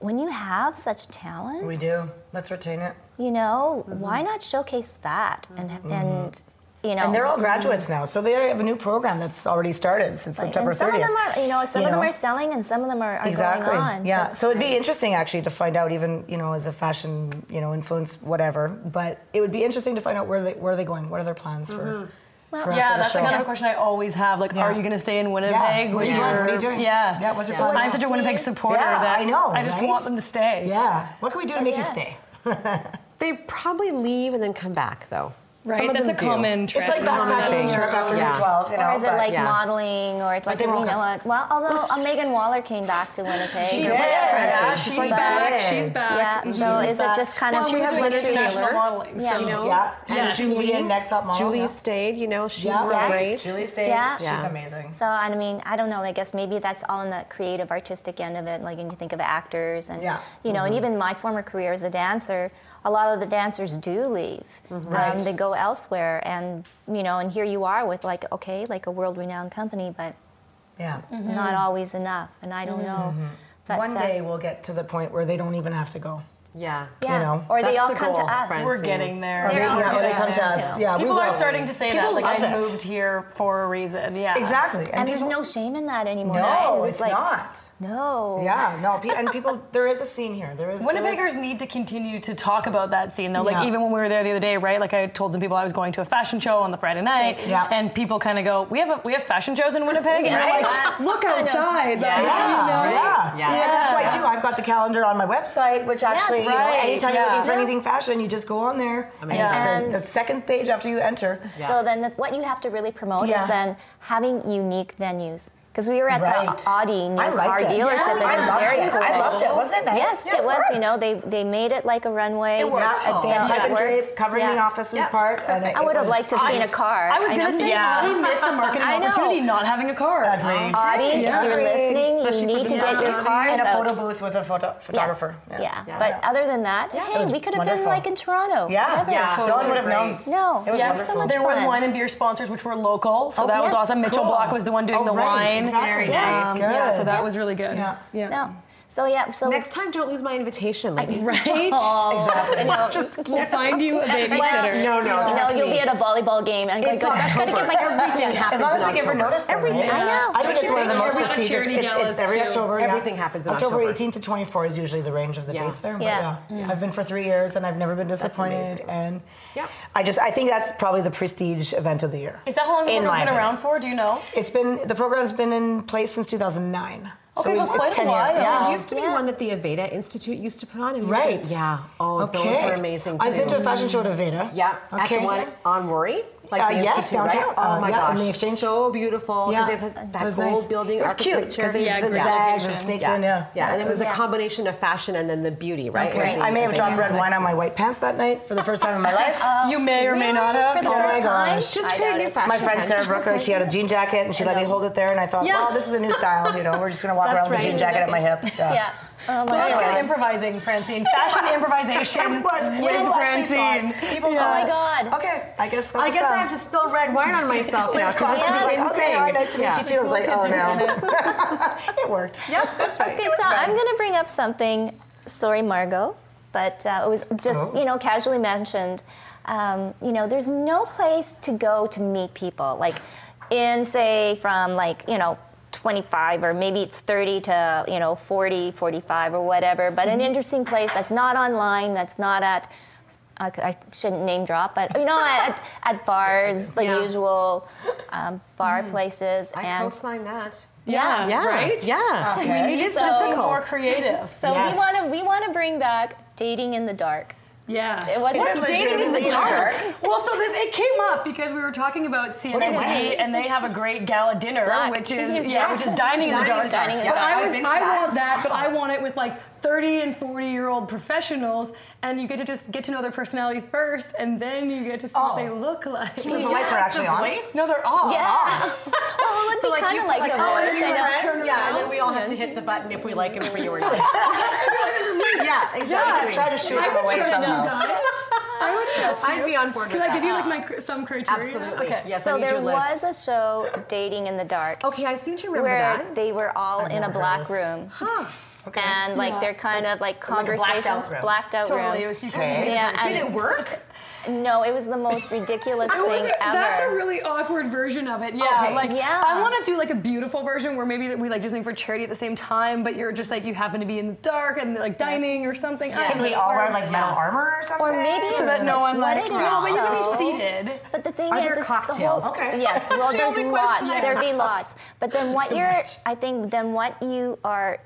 [SPEAKER 1] when you have such talent,
[SPEAKER 3] We do. Let's retain it.
[SPEAKER 1] You know, why not showcase that and, and you know,
[SPEAKER 3] Mm-hmm. And they're all graduates now, so they have a new program that's already started since
[SPEAKER 1] like,
[SPEAKER 3] September
[SPEAKER 1] Mm-hmm. and some
[SPEAKER 3] 30th.
[SPEAKER 1] of them are, you know, some
[SPEAKER 3] you
[SPEAKER 1] of
[SPEAKER 3] know?
[SPEAKER 1] them are selling and some of them are, are
[SPEAKER 3] exactly.
[SPEAKER 1] going on.
[SPEAKER 3] Yeah.
[SPEAKER 1] That's
[SPEAKER 3] so it'd be
[SPEAKER 1] great.
[SPEAKER 3] interesting actually to find out, even you know, as a fashion, you know, influence, whatever. But it would be interesting to find out where they where are they going, what are their plans for. for after
[SPEAKER 4] Yeah,
[SPEAKER 3] the
[SPEAKER 4] that's the
[SPEAKER 3] show.
[SPEAKER 4] kind of question I always have. Like,
[SPEAKER 3] Yeah.
[SPEAKER 4] are you going to stay in Winnipeg?
[SPEAKER 3] Yeah.
[SPEAKER 4] with
[SPEAKER 3] Yeah.
[SPEAKER 4] your-
[SPEAKER 3] What are you doing?
[SPEAKER 4] Yeah.
[SPEAKER 3] Yeah, what's your plan?
[SPEAKER 4] I'm such a
[SPEAKER 1] Do
[SPEAKER 4] Winnipeg
[SPEAKER 1] you-
[SPEAKER 4] supporter
[SPEAKER 3] Yeah,
[SPEAKER 4] that
[SPEAKER 3] I know,
[SPEAKER 4] I just
[SPEAKER 3] right?
[SPEAKER 4] want them to stay.
[SPEAKER 3] Yeah. What can we do to make you
[SPEAKER 1] yeah.
[SPEAKER 3] stay?
[SPEAKER 2] They probably leave and then come back though. Some
[SPEAKER 4] Right?
[SPEAKER 2] of
[SPEAKER 4] That's a
[SPEAKER 2] them do.
[SPEAKER 4] common trend.
[SPEAKER 3] It's like backpacking in
[SPEAKER 2] thing.
[SPEAKER 3] Europe after
[SPEAKER 2] Yeah.
[SPEAKER 3] year 12, you know.
[SPEAKER 1] Or is it
[SPEAKER 3] but-
[SPEAKER 1] like
[SPEAKER 2] yeah.
[SPEAKER 1] modeling or it's like,
[SPEAKER 3] they
[SPEAKER 1] you
[SPEAKER 3] won't
[SPEAKER 1] know
[SPEAKER 3] come.
[SPEAKER 1] what? Well, although uh, Megan Waller came back to Winnipeg.
[SPEAKER 4] She did.
[SPEAKER 3] Yeah, it's
[SPEAKER 4] Yeah,
[SPEAKER 3] like
[SPEAKER 4] she's
[SPEAKER 3] that.
[SPEAKER 4] back.
[SPEAKER 3] Yeah.
[SPEAKER 4] She's back.
[SPEAKER 1] Yeah, so
[SPEAKER 4] She's
[SPEAKER 1] is it
[SPEAKER 4] back.
[SPEAKER 1] just kind of-
[SPEAKER 4] Well,
[SPEAKER 1] She
[SPEAKER 4] she
[SPEAKER 1] had
[SPEAKER 4] was doing
[SPEAKER 1] Leonard
[SPEAKER 4] international
[SPEAKER 2] Taylor.
[SPEAKER 4] modeling.
[SPEAKER 1] Yeah.
[SPEAKER 4] So, you know,
[SPEAKER 3] Yeah.
[SPEAKER 4] Yes.
[SPEAKER 3] She's Julie, next top model.
[SPEAKER 2] Julie
[SPEAKER 3] yeah.
[SPEAKER 2] stayed, you know, she's
[SPEAKER 3] Yeah.
[SPEAKER 2] so
[SPEAKER 1] Yes.
[SPEAKER 2] great.
[SPEAKER 3] Julie stayed.
[SPEAKER 1] Yeah.
[SPEAKER 3] She's
[SPEAKER 2] Yeah.
[SPEAKER 3] amazing.
[SPEAKER 1] So I mean, I don't know. I guess maybe that's all in the creative, artistic end of it. Like when you think of actors and
[SPEAKER 3] Yeah.
[SPEAKER 1] you know, and
[SPEAKER 2] Mm-hmm.
[SPEAKER 1] even my former career as a dancer, a lot of the dancers do leave.
[SPEAKER 2] Mm-hmm.
[SPEAKER 3] Right.
[SPEAKER 1] Um, they go elsewhere, and you know, and here you are with like okay, like a world-renowned company, but
[SPEAKER 3] Yeah.
[SPEAKER 2] Mm.
[SPEAKER 1] not always enough. And I don't know. But,
[SPEAKER 3] Mm-hmm. One
[SPEAKER 1] uh,
[SPEAKER 3] day we'll get to the point where they don't even have to go.
[SPEAKER 2] Yeah.
[SPEAKER 1] yeah.
[SPEAKER 3] know,
[SPEAKER 1] or they
[SPEAKER 2] that's
[SPEAKER 1] all
[SPEAKER 2] the
[SPEAKER 1] come
[SPEAKER 2] goal,
[SPEAKER 1] to us.
[SPEAKER 2] friends.
[SPEAKER 4] We're getting there.
[SPEAKER 1] They're all
[SPEAKER 3] yeah,
[SPEAKER 1] coming
[SPEAKER 3] they
[SPEAKER 1] to
[SPEAKER 3] come to
[SPEAKER 1] us.
[SPEAKER 3] us. Yeah, we
[SPEAKER 4] People are
[SPEAKER 3] will.
[SPEAKER 4] starting to say
[SPEAKER 3] People
[SPEAKER 4] that. Like,
[SPEAKER 3] love
[SPEAKER 4] I
[SPEAKER 3] it.
[SPEAKER 4] moved here for a reason. Yeah.
[SPEAKER 3] Exactly.
[SPEAKER 1] And there's
[SPEAKER 3] people-
[SPEAKER 1] no shame in that anymore. right? 'Cause
[SPEAKER 3] No, it's
[SPEAKER 1] like,
[SPEAKER 3] not.
[SPEAKER 1] No.
[SPEAKER 3] Yeah, no, pe- and people, there is a scene here. There is. there is-
[SPEAKER 4] Winnipeggers need to continue to talk about that scene though. Like
[SPEAKER 3] Yeah.
[SPEAKER 4] even when we were there the other day, right? Like I told some people I was going to a fashion show on the Friday night,
[SPEAKER 3] Yeah.
[SPEAKER 4] and people kind of go, "We have a, we have fashion shows in Winnipeg," and
[SPEAKER 3] Right.
[SPEAKER 4] it's like, "Look outside."
[SPEAKER 2] Yeah.
[SPEAKER 4] like, you
[SPEAKER 3] Yeah,
[SPEAKER 4] know?
[SPEAKER 3] yeah.
[SPEAKER 2] Yeah.
[SPEAKER 3] And that's why too. I've got the calendar on my website, which actually, you know,
[SPEAKER 4] right,
[SPEAKER 3] anytime you're
[SPEAKER 4] yeah.
[SPEAKER 3] looking for anything fashion, you just go on there. And it's
[SPEAKER 4] Amazing.
[SPEAKER 3] the,
[SPEAKER 1] And-
[SPEAKER 3] the second page after you enter.
[SPEAKER 1] So then, the, what you have to really promote
[SPEAKER 3] Yeah.
[SPEAKER 1] is then having unique venues. because we were at
[SPEAKER 3] Right.
[SPEAKER 1] the Audi new
[SPEAKER 3] I liked
[SPEAKER 1] car
[SPEAKER 3] it.
[SPEAKER 1] dealership,
[SPEAKER 3] Yeah,
[SPEAKER 1] and
[SPEAKER 3] I
[SPEAKER 1] it was
[SPEAKER 3] loved
[SPEAKER 1] very
[SPEAKER 3] it.
[SPEAKER 1] cool.
[SPEAKER 3] I loved it. Wasn't it nice?
[SPEAKER 1] Yes,
[SPEAKER 3] Yeah,
[SPEAKER 1] it was. You
[SPEAKER 3] worked. Oh,
[SPEAKER 1] know, they they made it like a runway.
[SPEAKER 4] It worked.
[SPEAKER 1] I
[SPEAKER 3] Yeah,
[SPEAKER 4] Works.
[SPEAKER 1] felt
[SPEAKER 3] they had
[SPEAKER 1] that
[SPEAKER 3] pipe and
[SPEAKER 1] worked.
[SPEAKER 3] drape covering the
[SPEAKER 1] Yeah.
[SPEAKER 3] offices part. and it
[SPEAKER 1] I would have
[SPEAKER 3] was-
[SPEAKER 1] liked to have seen a car.
[SPEAKER 4] I was
[SPEAKER 1] know
[SPEAKER 4] gonna
[SPEAKER 1] they
[SPEAKER 4] say,
[SPEAKER 3] Yeah.
[SPEAKER 4] Audi missed a marketing
[SPEAKER 1] I know.
[SPEAKER 4] opportunity not having a car. Um,
[SPEAKER 3] Agreed.
[SPEAKER 1] Audi, if you're listening,
[SPEAKER 4] Especially for
[SPEAKER 1] you need to
[SPEAKER 4] the
[SPEAKER 1] get your
[SPEAKER 4] Saturdays.
[SPEAKER 1] car
[SPEAKER 3] Uh, And a
[SPEAKER 1] out.
[SPEAKER 3] photo booth with a photo,
[SPEAKER 1] Yes.
[SPEAKER 3] photographer.
[SPEAKER 1] Yeah. But other than that, hey,
[SPEAKER 3] was
[SPEAKER 1] we could have been
[SPEAKER 3] wonderful.
[SPEAKER 1] like in Toronto.
[SPEAKER 3] Yeah,
[SPEAKER 1] whatever.
[SPEAKER 4] Yeah.
[SPEAKER 3] no
[SPEAKER 4] Those
[SPEAKER 3] one
[SPEAKER 4] are
[SPEAKER 3] would have known.
[SPEAKER 4] great.
[SPEAKER 1] No,
[SPEAKER 3] it was
[SPEAKER 1] yeah,
[SPEAKER 3] wonderful.
[SPEAKER 1] so much
[SPEAKER 4] There was
[SPEAKER 1] fun.
[SPEAKER 4] wine and beer sponsors, which were local, so
[SPEAKER 1] Oh,
[SPEAKER 4] that was
[SPEAKER 1] yes.
[SPEAKER 4] awesome. Mitchell
[SPEAKER 3] Cool.
[SPEAKER 4] Block was the one doing
[SPEAKER 3] Oh,
[SPEAKER 4] the
[SPEAKER 3] right,
[SPEAKER 4] wine.
[SPEAKER 3] exactly. Very
[SPEAKER 4] Yeah.
[SPEAKER 3] nice.
[SPEAKER 4] Yeah, so
[SPEAKER 3] Good.
[SPEAKER 4] that was really good.
[SPEAKER 3] Yeah.
[SPEAKER 1] No. So yeah, so
[SPEAKER 2] Next time, don't lose my invitation, ladies.
[SPEAKER 4] Right?
[SPEAKER 3] Exactly.
[SPEAKER 4] We'll find you a babysitter.
[SPEAKER 3] no, no,
[SPEAKER 1] no,
[SPEAKER 3] trust
[SPEAKER 1] you'll
[SPEAKER 3] me.
[SPEAKER 1] be at a volleyball game and like,
[SPEAKER 3] It's
[SPEAKER 1] gosh, gotta get my
[SPEAKER 2] Everything happens
[SPEAKER 3] As long as
[SPEAKER 2] in
[SPEAKER 3] we give her
[SPEAKER 2] October.
[SPEAKER 3] notice, though,
[SPEAKER 2] Everything.
[SPEAKER 3] right?
[SPEAKER 1] I know.
[SPEAKER 3] I think it's one of the most
[SPEAKER 4] Every
[SPEAKER 3] prestigious.
[SPEAKER 4] charity
[SPEAKER 3] It's, it's
[SPEAKER 4] galas
[SPEAKER 3] every
[SPEAKER 4] too.
[SPEAKER 3] October.
[SPEAKER 2] Everything happens in
[SPEAKER 3] October
[SPEAKER 2] October.
[SPEAKER 3] 18th to 24 is usually the range of the
[SPEAKER 2] Yeah.
[SPEAKER 3] dates there. But
[SPEAKER 1] Yeah.
[SPEAKER 3] yeah. I've been for three years and I've never been disappointed.
[SPEAKER 2] amazing.
[SPEAKER 3] And
[SPEAKER 2] Yeah.
[SPEAKER 3] I just I think that's probably the prestige event of the year.
[SPEAKER 4] Is that how long the
[SPEAKER 3] In
[SPEAKER 4] program's
[SPEAKER 3] my
[SPEAKER 4] been
[SPEAKER 3] opinion.
[SPEAKER 4] around for? Do you know?
[SPEAKER 3] It's been the program's been in place since 2009.
[SPEAKER 4] Okay, so
[SPEAKER 3] it's
[SPEAKER 4] quite a
[SPEAKER 3] 10
[SPEAKER 4] while.
[SPEAKER 3] Years.
[SPEAKER 2] There
[SPEAKER 3] Yeah.
[SPEAKER 2] used to be one that the Aveda Institute used to put on. and we
[SPEAKER 3] Right.
[SPEAKER 2] didn't- Yeah. Oh, those
[SPEAKER 3] Okay.
[SPEAKER 2] were amazing too.
[SPEAKER 3] I've been to a fashion show at Aveda.
[SPEAKER 2] Yeah, at the one on Worry, like
[SPEAKER 3] Uh,
[SPEAKER 2] the
[SPEAKER 3] yes,
[SPEAKER 2] institute,
[SPEAKER 3] downtown.
[SPEAKER 2] right? Oh
[SPEAKER 3] Uh,
[SPEAKER 2] my
[SPEAKER 3] yeah, in
[SPEAKER 2] gosh,
[SPEAKER 3] the exchange.
[SPEAKER 2] so beautiful.
[SPEAKER 3] Yeah.
[SPEAKER 2] because It has
[SPEAKER 3] It
[SPEAKER 2] that
[SPEAKER 3] was
[SPEAKER 2] gold
[SPEAKER 3] nice.
[SPEAKER 2] building
[SPEAKER 3] It was cute, 'cause
[SPEAKER 2] architecture.
[SPEAKER 3] they Yeah, great zigzagged and location. snaked
[SPEAKER 2] yeah.
[SPEAKER 3] in, yeah.
[SPEAKER 2] yeah, and it was a
[SPEAKER 3] Yeah.
[SPEAKER 2] combination of fashion and then the beauty, right?
[SPEAKER 3] Okay. I may have dropped red wine on my white pants that night for the first time in my life.
[SPEAKER 2] Oh,
[SPEAKER 4] you may or may
[SPEAKER 1] Uh, really?
[SPEAKER 4] not have.
[SPEAKER 1] For the
[SPEAKER 3] Oh my
[SPEAKER 1] first time?
[SPEAKER 3] gosh.
[SPEAKER 2] Just
[SPEAKER 1] I
[SPEAKER 2] create
[SPEAKER 1] doubt
[SPEAKER 2] new
[SPEAKER 1] it.
[SPEAKER 2] fashion.
[SPEAKER 3] My friend Sarah
[SPEAKER 2] trends.
[SPEAKER 3] Brooker, she had a jean jacket and she let me hold it there, and I thought,
[SPEAKER 4] Yeah.
[SPEAKER 3] wow, this is a new style. You know, we're just gonna walk
[SPEAKER 2] That's
[SPEAKER 3] around with a
[SPEAKER 2] right.
[SPEAKER 3] jean jacket at my hip.
[SPEAKER 1] Yeah. Oh my
[SPEAKER 4] That's
[SPEAKER 1] gosh.
[SPEAKER 4] good improvising, Francine. Fashion improvisation.
[SPEAKER 3] It was.
[SPEAKER 4] with
[SPEAKER 3] People actually saw it.
[SPEAKER 4] Francine.
[SPEAKER 3] People
[SPEAKER 1] Oh
[SPEAKER 3] saw
[SPEAKER 1] my
[SPEAKER 3] it.
[SPEAKER 1] God.
[SPEAKER 3] Okay, I guess that's
[SPEAKER 2] I
[SPEAKER 3] a
[SPEAKER 2] guess I
[SPEAKER 3] style.
[SPEAKER 2] have to spill red wine on myself now
[SPEAKER 3] Miss
[SPEAKER 2] because
[SPEAKER 3] Claus
[SPEAKER 2] it's
[SPEAKER 3] was
[SPEAKER 2] the
[SPEAKER 3] like,
[SPEAKER 2] same
[SPEAKER 3] okay,
[SPEAKER 2] thing.
[SPEAKER 3] hi, nice to meet
[SPEAKER 2] Yeah.
[SPEAKER 3] you too. I was like, oh no. it worked. Yep, that's right.
[SPEAKER 1] Okay, so I'm going to bring up something. Sorry, Margot, but uh, it was just
[SPEAKER 3] Oh.
[SPEAKER 1] you know casually mentioned. Um, you know, there's no place to go to meet people like in say from like you know. 25 or maybe it's 30 to you know 40 45 or whatever but an interesting place that's not online that's not at i, c- I shouldn't name drop but you know at, at bars the
[SPEAKER 2] Yeah.
[SPEAKER 1] usual um, bar places
[SPEAKER 2] I
[SPEAKER 1] and
[SPEAKER 2] co-sign that. Uh,
[SPEAKER 4] Yeah,
[SPEAKER 2] Yeah,
[SPEAKER 4] right?
[SPEAKER 2] Yeah,
[SPEAKER 3] Okay.
[SPEAKER 2] it is
[SPEAKER 1] So-
[SPEAKER 4] More
[SPEAKER 2] difficult.
[SPEAKER 4] creative.
[SPEAKER 1] so
[SPEAKER 3] Yes.
[SPEAKER 1] we want to we want to bring back dating in the dark
[SPEAKER 4] Yeah.
[SPEAKER 1] It wasn't
[SPEAKER 3] Is this
[SPEAKER 1] dating
[SPEAKER 3] legitimate
[SPEAKER 1] in the
[SPEAKER 3] leader?
[SPEAKER 1] dark.
[SPEAKER 4] Well, so this it came up because we were talking about CNNP,
[SPEAKER 1] went.
[SPEAKER 4] and they have a great gala dinner,
[SPEAKER 1] Black.
[SPEAKER 4] which is yeah,
[SPEAKER 1] Yes.
[SPEAKER 4] which is dining in the
[SPEAKER 1] Dining-
[SPEAKER 4] dark.
[SPEAKER 1] dining in the
[SPEAKER 4] But
[SPEAKER 1] dark.
[SPEAKER 4] I was
[SPEAKER 3] I've been
[SPEAKER 4] I
[SPEAKER 3] to that.
[SPEAKER 4] want that, but I want it with like 30 and 40 year old professionals, and you get to just get to know their personality first, and then you get to see
[SPEAKER 3] Oh.
[SPEAKER 4] what they look like.
[SPEAKER 3] So the lights are actually on.
[SPEAKER 4] No, they're off.
[SPEAKER 1] Yeah. well, it would be kind of like, the
[SPEAKER 2] oh,
[SPEAKER 1] voice.
[SPEAKER 2] and
[SPEAKER 1] I
[SPEAKER 2] then
[SPEAKER 1] know.
[SPEAKER 2] turn yeah, and then we all have to hit the button if we like him for you or not. yeah, exactly.
[SPEAKER 3] I just try to shoot
[SPEAKER 4] I
[SPEAKER 3] them
[SPEAKER 4] would
[SPEAKER 3] away
[SPEAKER 4] trust you
[SPEAKER 3] somehow.
[SPEAKER 4] guys. I would trust you.
[SPEAKER 2] I'd be on board with
[SPEAKER 4] Can I give
[SPEAKER 2] that.
[SPEAKER 4] you like my cr- some criteria?
[SPEAKER 2] Absolutely.
[SPEAKER 4] Okay.
[SPEAKER 2] Yes, I
[SPEAKER 1] So
[SPEAKER 2] need
[SPEAKER 1] there
[SPEAKER 2] your list.
[SPEAKER 1] was a show, Dating in the Dark,
[SPEAKER 2] Okay, I seem to remember
[SPEAKER 1] where
[SPEAKER 2] that.
[SPEAKER 1] they were all in a
[SPEAKER 3] never heard
[SPEAKER 1] black
[SPEAKER 3] of this.
[SPEAKER 1] room.
[SPEAKER 2] Huh.
[SPEAKER 1] And like
[SPEAKER 4] Yeah.
[SPEAKER 1] they're kind of like
[SPEAKER 3] Like a blacked out
[SPEAKER 1] conversations,
[SPEAKER 3] room.
[SPEAKER 1] blacked out room.
[SPEAKER 4] Totally. It was you couldn't
[SPEAKER 3] Okay.
[SPEAKER 4] see the
[SPEAKER 1] Yeah,
[SPEAKER 4] person.
[SPEAKER 1] and-
[SPEAKER 2] Did it work?
[SPEAKER 1] no, it was the most ridiculous
[SPEAKER 4] I
[SPEAKER 1] thing
[SPEAKER 4] wasn't-
[SPEAKER 1] ever.
[SPEAKER 4] That's a really awkward version of it. Yeah,
[SPEAKER 3] Okay.
[SPEAKER 4] like
[SPEAKER 1] Yeah.
[SPEAKER 4] I want to do like a beautiful version where maybe that we like do something for charity at the same time, but you're just like you happen to be in the dark and like dining or something. I don't
[SPEAKER 3] Can we
[SPEAKER 4] know.
[SPEAKER 3] all wear like metal armor or something?
[SPEAKER 1] or maybe
[SPEAKER 4] so
[SPEAKER 1] it's
[SPEAKER 4] that no one
[SPEAKER 1] what
[SPEAKER 4] like
[SPEAKER 1] it
[SPEAKER 4] no,
[SPEAKER 1] is,
[SPEAKER 4] but you
[SPEAKER 1] though-
[SPEAKER 4] can be seated.
[SPEAKER 1] But the thing
[SPEAKER 2] Are
[SPEAKER 1] is,
[SPEAKER 2] there
[SPEAKER 1] is the whole-
[SPEAKER 2] cocktails?
[SPEAKER 3] Okay.
[SPEAKER 1] Yes. Well,
[SPEAKER 3] That's the
[SPEAKER 1] there's
[SPEAKER 3] only
[SPEAKER 1] lots.
[SPEAKER 3] question.
[SPEAKER 1] There'd be lots. But then what
[SPEAKER 3] Too
[SPEAKER 1] you're,
[SPEAKER 3] much.
[SPEAKER 1] I think, then what you are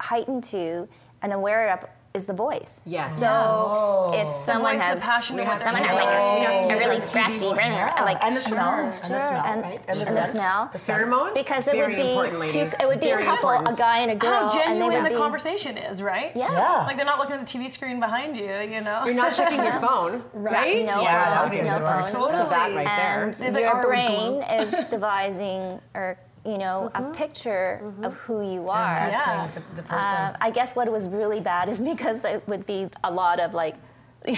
[SPEAKER 1] heightened to and aware of is the voice.
[SPEAKER 2] Yes.
[SPEAKER 1] So if someone
[SPEAKER 4] Voice the
[SPEAKER 1] has,
[SPEAKER 4] passion of
[SPEAKER 2] we
[SPEAKER 4] what
[SPEAKER 2] have to
[SPEAKER 4] they're
[SPEAKER 1] someone
[SPEAKER 2] Someone
[SPEAKER 1] has
[SPEAKER 2] has,
[SPEAKER 1] like
[SPEAKER 4] saying.
[SPEAKER 2] Oh. we have to
[SPEAKER 1] a, a
[SPEAKER 2] use
[SPEAKER 1] really
[SPEAKER 2] our
[SPEAKER 1] scratchy,
[SPEAKER 2] TV
[SPEAKER 1] I like
[SPEAKER 3] and the smell, and the smell,
[SPEAKER 1] and,
[SPEAKER 3] right?
[SPEAKER 1] and the,
[SPEAKER 3] scent.
[SPEAKER 1] smell.
[SPEAKER 3] The scent.
[SPEAKER 2] Pheromones?
[SPEAKER 1] Because it
[SPEAKER 2] Very
[SPEAKER 1] would be
[SPEAKER 2] important,
[SPEAKER 1] two,
[SPEAKER 2] ladies.
[SPEAKER 1] it would be
[SPEAKER 2] Very
[SPEAKER 1] a couple,
[SPEAKER 2] important.
[SPEAKER 1] a guy and a girl,
[SPEAKER 4] How
[SPEAKER 1] and they
[SPEAKER 4] genuine
[SPEAKER 1] would
[SPEAKER 4] the
[SPEAKER 1] be.
[SPEAKER 4] conversation is, right?
[SPEAKER 1] Yeah.
[SPEAKER 3] Yeah.
[SPEAKER 4] Like they're not looking at the TV screen behind you, you know.
[SPEAKER 2] You're not checking your phone.
[SPEAKER 4] right.
[SPEAKER 1] No
[SPEAKER 3] Yeah, that would
[SPEAKER 1] phones,
[SPEAKER 3] be a
[SPEAKER 1] no
[SPEAKER 3] good one.
[SPEAKER 1] phones.
[SPEAKER 2] So that right there.
[SPEAKER 1] and
[SPEAKER 4] If they
[SPEAKER 1] your
[SPEAKER 4] are, we
[SPEAKER 1] brain
[SPEAKER 4] glue.
[SPEAKER 1] is devising or you know
[SPEAKER 4] Mm-hmm.
[SPEAKER 1] a picture of who you are
[SPEAKER 3] Matching with the, the person.
[SPEAKER 1] Uh, I guess what was really bad is because there would be a lot of like